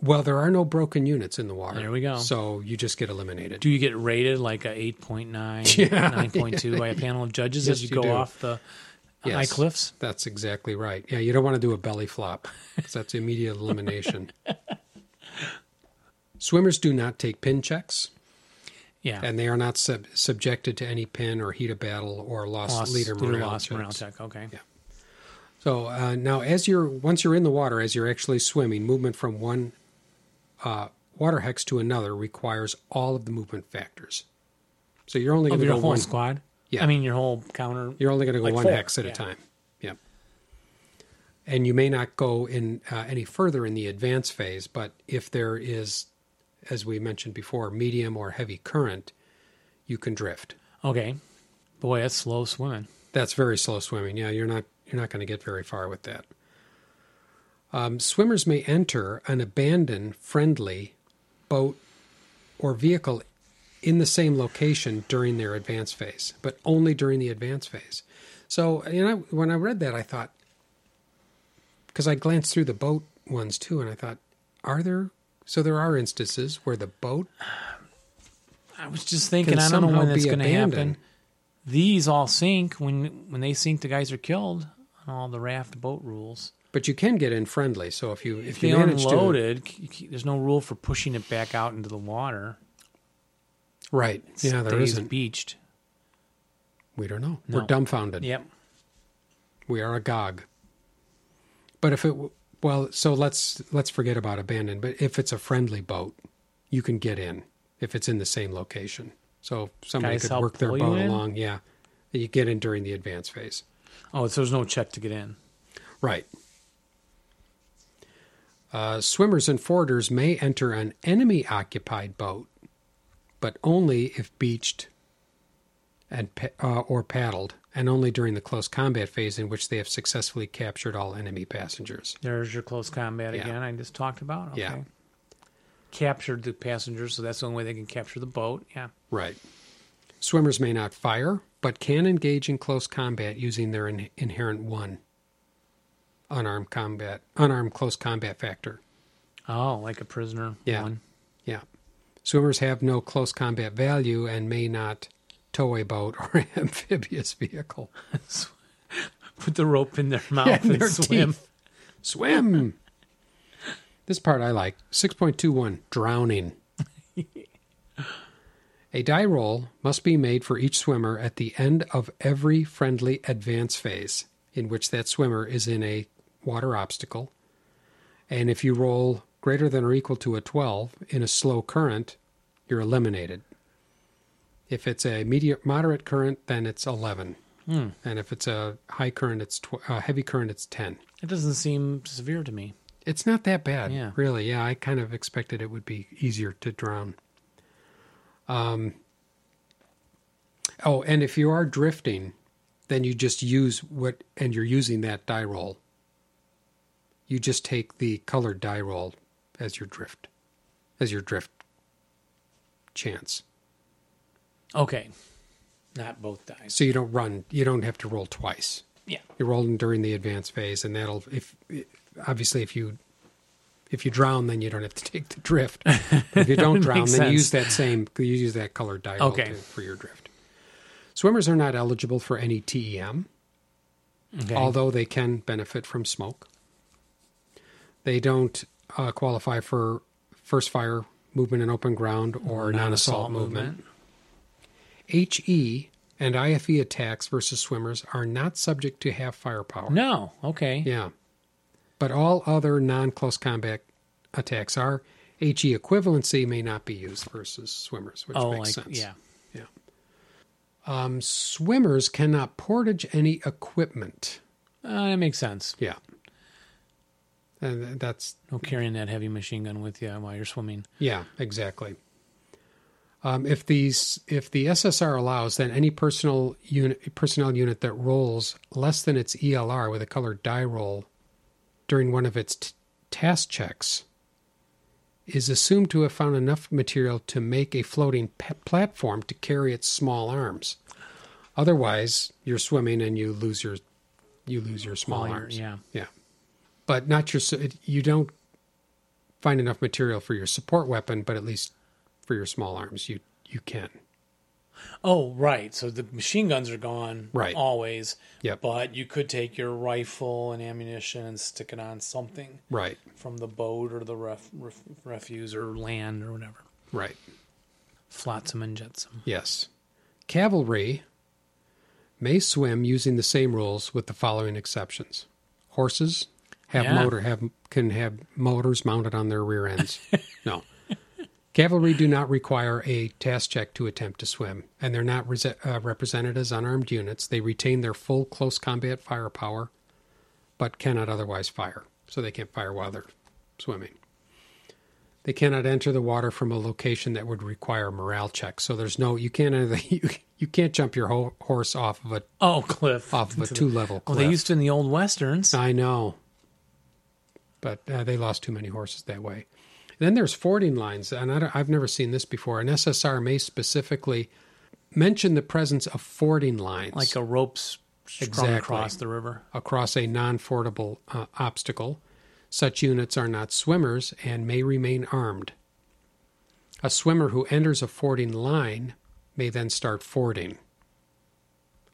well, there are no broken units in the water.
There we go.
So you just get eliminated.
Do you get rated like a 8.9, 9.2 by a panel of judges
Yes,
as you,
you
go
do.
off the
Yes.
high cliffs?
That's exactly right. Yeah, you don't want to do a belly flop 'cause that's immediate elimination. Swimmers do not take pin checks,
Yeah.
and they are not sub- subjected to any pin or heat of battle or lost,
Lost-
leader
leader
morale
lost
checks.
morale check. Okay.
So uh, now, as you're once you're in the water, as you're actually swimming, movement from one uh, water hex to another requires all of the movement factors. So you're only
Of
going to
your
go
whole
one.
squad?
Yeah.
I mean, your whole counter.
You're only going to go
Like
one
four,
hex at
yeah.
a time. Yep. And you may not go in uh, any further in the advanced phase, but if there is, as we mentioned before, medium or heavy current, you can drift.
Okay. Boy, that's slow swimming.
That's very slow swimming. Yeah, you're not you're not going to get very far with that. Um, swimmers may enter an abandoned friendly boat or vehicle in the same location during their advanced phase, but only during the advanced phase. So, you know, when I read that, I thought because I glanced through the boat ones too, and I thought, are there? So there are instances where the boat
I was just
can
thinking, I don't know
somehow
when that's
be
going to
abandoned.
happen. These all sink. When when they sink, the guys are killed on all the raft boat rules.
But you can get in friendly. So if you if,
If, they
you manage to
unloaded, c- c- there's no rule for pushing it back out into the water.
right, yeah, there
Stays
isn't.
beached.
We don't know.
No.
We're dumbfounded.
Yep.
We are agog. But if it w- well, so let's let's forget about abandoned. But if it's a friendly boat, you can get in if it's in the same location. So if somebody
Guys
could
help
work their
pull you
boat
in?
along. Yeah, you get in during the advance phase.
Oh, so there's no check to get in.
Right. Uh, swimmers and forders may enter an enemy occupied boat, but only if beached and pa- uh, or paddled, and only during the close combat phase in which they have successfully captured all enemy passengers.
There's your close combat
Yeah.
again. I just talked about. Okay.
Yeah.
Captured the passengers, so that's the only way they can capture the boat. Yeah.
Right. Swimmers may not fire, but can engage in close combat using their in- inherent one unarmed combat unarmed close combat factor.
Oh, like a prisoner.
Yeah.
One.
Yeah. Swimmers have no close combat value and may not tow a boat or amphibious vehicle.
Put the rope in their mouth
Yeah,
and
their
swim.
teeth. Swim. this part I like. 6.21 Drowning. a die roll must be made for each swimmer at the end of every friendly advance phase in which that swimmer is in a water obstacle. And if you roll greater than or equal to a 12 in a slow current, you're eliminated. If it's a medium, moderate current, then it's 11. And if it's a high current, it's tw- uh, heavy current, it's 10.
It doesn't seem severe to me.
It's not that bad,
Yeah.
really. Yeah, I kind of expected it would be easier to drown. Um, oh, and if you are drifting, then you just use what, and you're using that die roll. You just take the colored die roll as your drift, as your drift chance.
Okay. Not both dies.
So you don't run, you don't have to roll twice.
Yeah.
you're rolling during the advanced phase, and that'll if obviously if you if you drown, then you don't have to take the drift. But if you don't drown, then
Makes
you use
sense.
that same you use that colored die roll
Okay.
to- for your drift. Swimmers are not eligible for any TEM,
Okay.
although they can benefit from smoke. They don't uh, qualify for first fire movement in open ground or non-assault movement. HE and IFE attacks versus swimmers are not subject to half firepower.
No. Okay.
Yeah. But all other non close combat attacks are. HE equivalency may not be used versus swimmers, which
oh, like
makes sense.
yeah.
Um, swimmers cannot portage any equipment.
Uh, that makes sense.
Yeah. And th- that's
No carrying that heavy machine gun with you while you're swimming.
Yeah, exactly. Um, if these, if the SSR allows, then any personal unit, personnel unit that rolls less than its ELR with a colored die roll during one of its t- task checks is assumed to have found enough material to make a floating p- platform to carry its small arms. Otherwise, you're swimming and you lose your you lose your small
Small arm,
arms.
yeah.
yeah, but not your su- it- you don't find enough material for your support weapon, but at least for your small arms, you you can.
Oh, right. So the machine guns are gone,
Right.
Always.
Yep.
But you could take your rifle and ammunition and stick it on something
Right,
from the boat or the ref, ref, refuse or land or whatever.
right.
Flotsam and jetsam.
Yes. Cavalry may swim using the same rules with the following exceptions. Horses have
Yeah.
motor have can have motors mounted on their rear ends. no. Cavalry do not require a task check to attempt to swim, and they're not rese- uh, represented as unarmed units. They retain their full close combat firepower, but cannot otherwise fire, so they can't fire while they're swimming. They cannot enter the water from a location that would require morale checks. So there's no you can't enter the, you, you can't jump your ho- horse off of a
Oh, cliff.
off of a
Into the-
two level
Well,
cliff. Uh,
they used to in the old westerns.
I know, but uh, they lost too many horses that way. Then there's fording lines, and I don't- I've never seen this before. An SSR may specifically mention the presence of fording lines,
like a rope s- strung
Exactly.
across the river.
across a non-fordable uh, obstacle. Such units are not swimmers and may remain armed. A swimmer who enters a fording line may then start fording.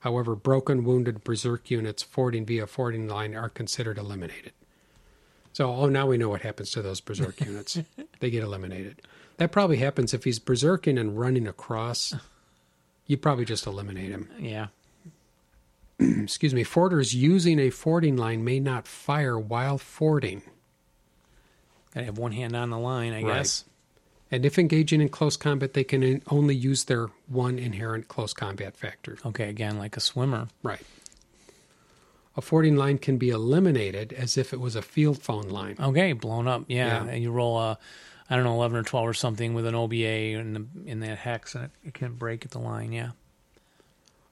However, broken, wounded, berserk units fording via fording line are considered eliminated. So, oh, now we know what happens to those berserk units. They get eliminated. That probably happens if he's berserking and running across. You probably just eliminate him
Yeah.
excuse me, forders using a fording line may not fire while fording.
Gotta have one hand on the line, I
Right.
guess.
And if engaging in close combat, they can in- only use their one inherent close combat factor.
Okay, again, like a swimmer.
Right. A fording line can be eliminated as if it was a field phone line.
Okay, blown up. Yeah.
Yeah.
And you roll a, I don't know, 11 or 12 or something with an OBA in, the, in that hex and it, it can break at the line. Yeah.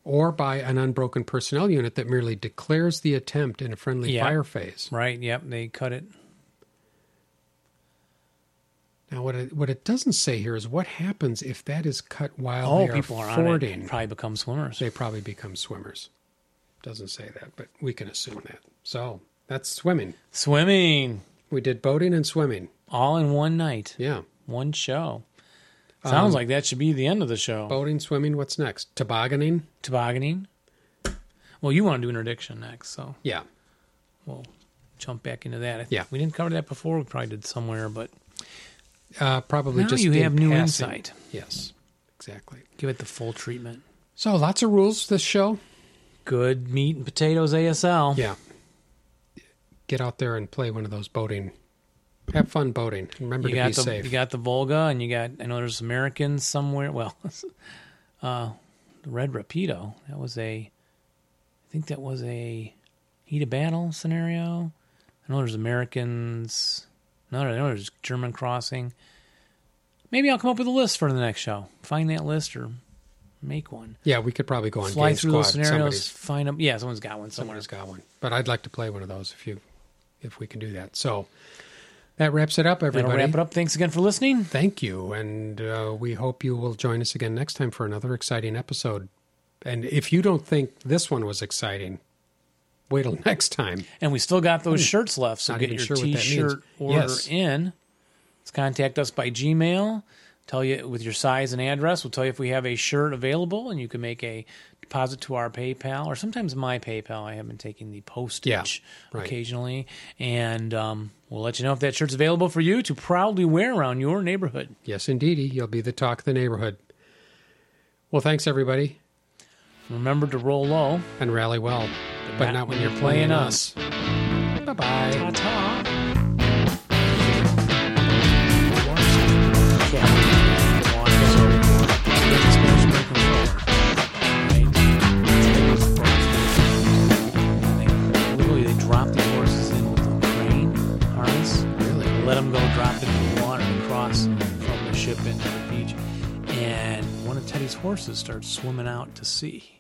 Or by an unbroken personnel unit that merely declares the attempt in a friendly
Yeah.
fire phase.
Right. Yep. They cut it.
Now, what it, what it doesn't say here is what happens if that is cut while
Oh,
they are
people are on
fording.
it. Probably become swimmers.
they probably become swimmers. Doesn't say that, but we can assume that. So that's swimming.
Swimming
We did boating and swimming.
all in one night,
Yeah.
one show.
Um,
Sounds like that should be the end of the show.
Boating, swimming, what's next? Tobogganing?
Tobogganing. Well, you want to do interdiction next, so
Yeah.
we'll jump back into that. I think
Yeah.
we didn't cover that before. We probably did somewhere, but
Uh, probably
now
just
you
in
have new
passing.
insight.
Yes, exactly.
Give it the full treatment.
So lots of rules this show.
Good meat and potatoes ASL.
Yeah. Get out there and play one of those boating. Have fun boating. Remember
You
to
got
be
the
safe.
you got the Volga, and you got I know there's Americans somewhere. Well, uh, the Red Rapido that was a, I think that was a heat of battle scenario. I know there's Americans. No, I know there's German crossing. Maybe I'll come up with a list for the next show. Find that list or make one.
yeah, we could probably go on
Fly
Game
through
Squad.
those scenarios.
Somebody's
Find them. Yeah, someone's got one somewhere.
Someone has got one, but I'd like to play one of those if you, if we can do that. So that wraps it up,
That'll
everybody.
wrap it up. Thanks again for listening.
Thank you, and uh, we hope you will join us again next time for another exciting episode. And if you don't think this one was exciting, wait till next time.
And we still got those shirts left, so
Hmm. Not
get
even
your
sure what that means.
t-shirt order
Yes.
in. Let's contact us by Gmail. Tell you with your size and address. We'll tell you if we have a shirt available, and you can make a deposit to our PayPal or sometimes my PayPal. I have been taking the postage
right.
occasionally, and um, we'll let you know if that shirt's available for you to proudly wear around your neighborhood.
Yes, indeedy, you'll be the talk of the neighborhood. Well, thanks, everybody,
Remember to roll low.
and rally well, but, not, when you're playing us. Bye bye.
Ta-ta. Literally, they drop the horses in with a crane harness,
Really?
let them go drop into the water and cross from the ship into the beach. And these horses start swimming out to sea.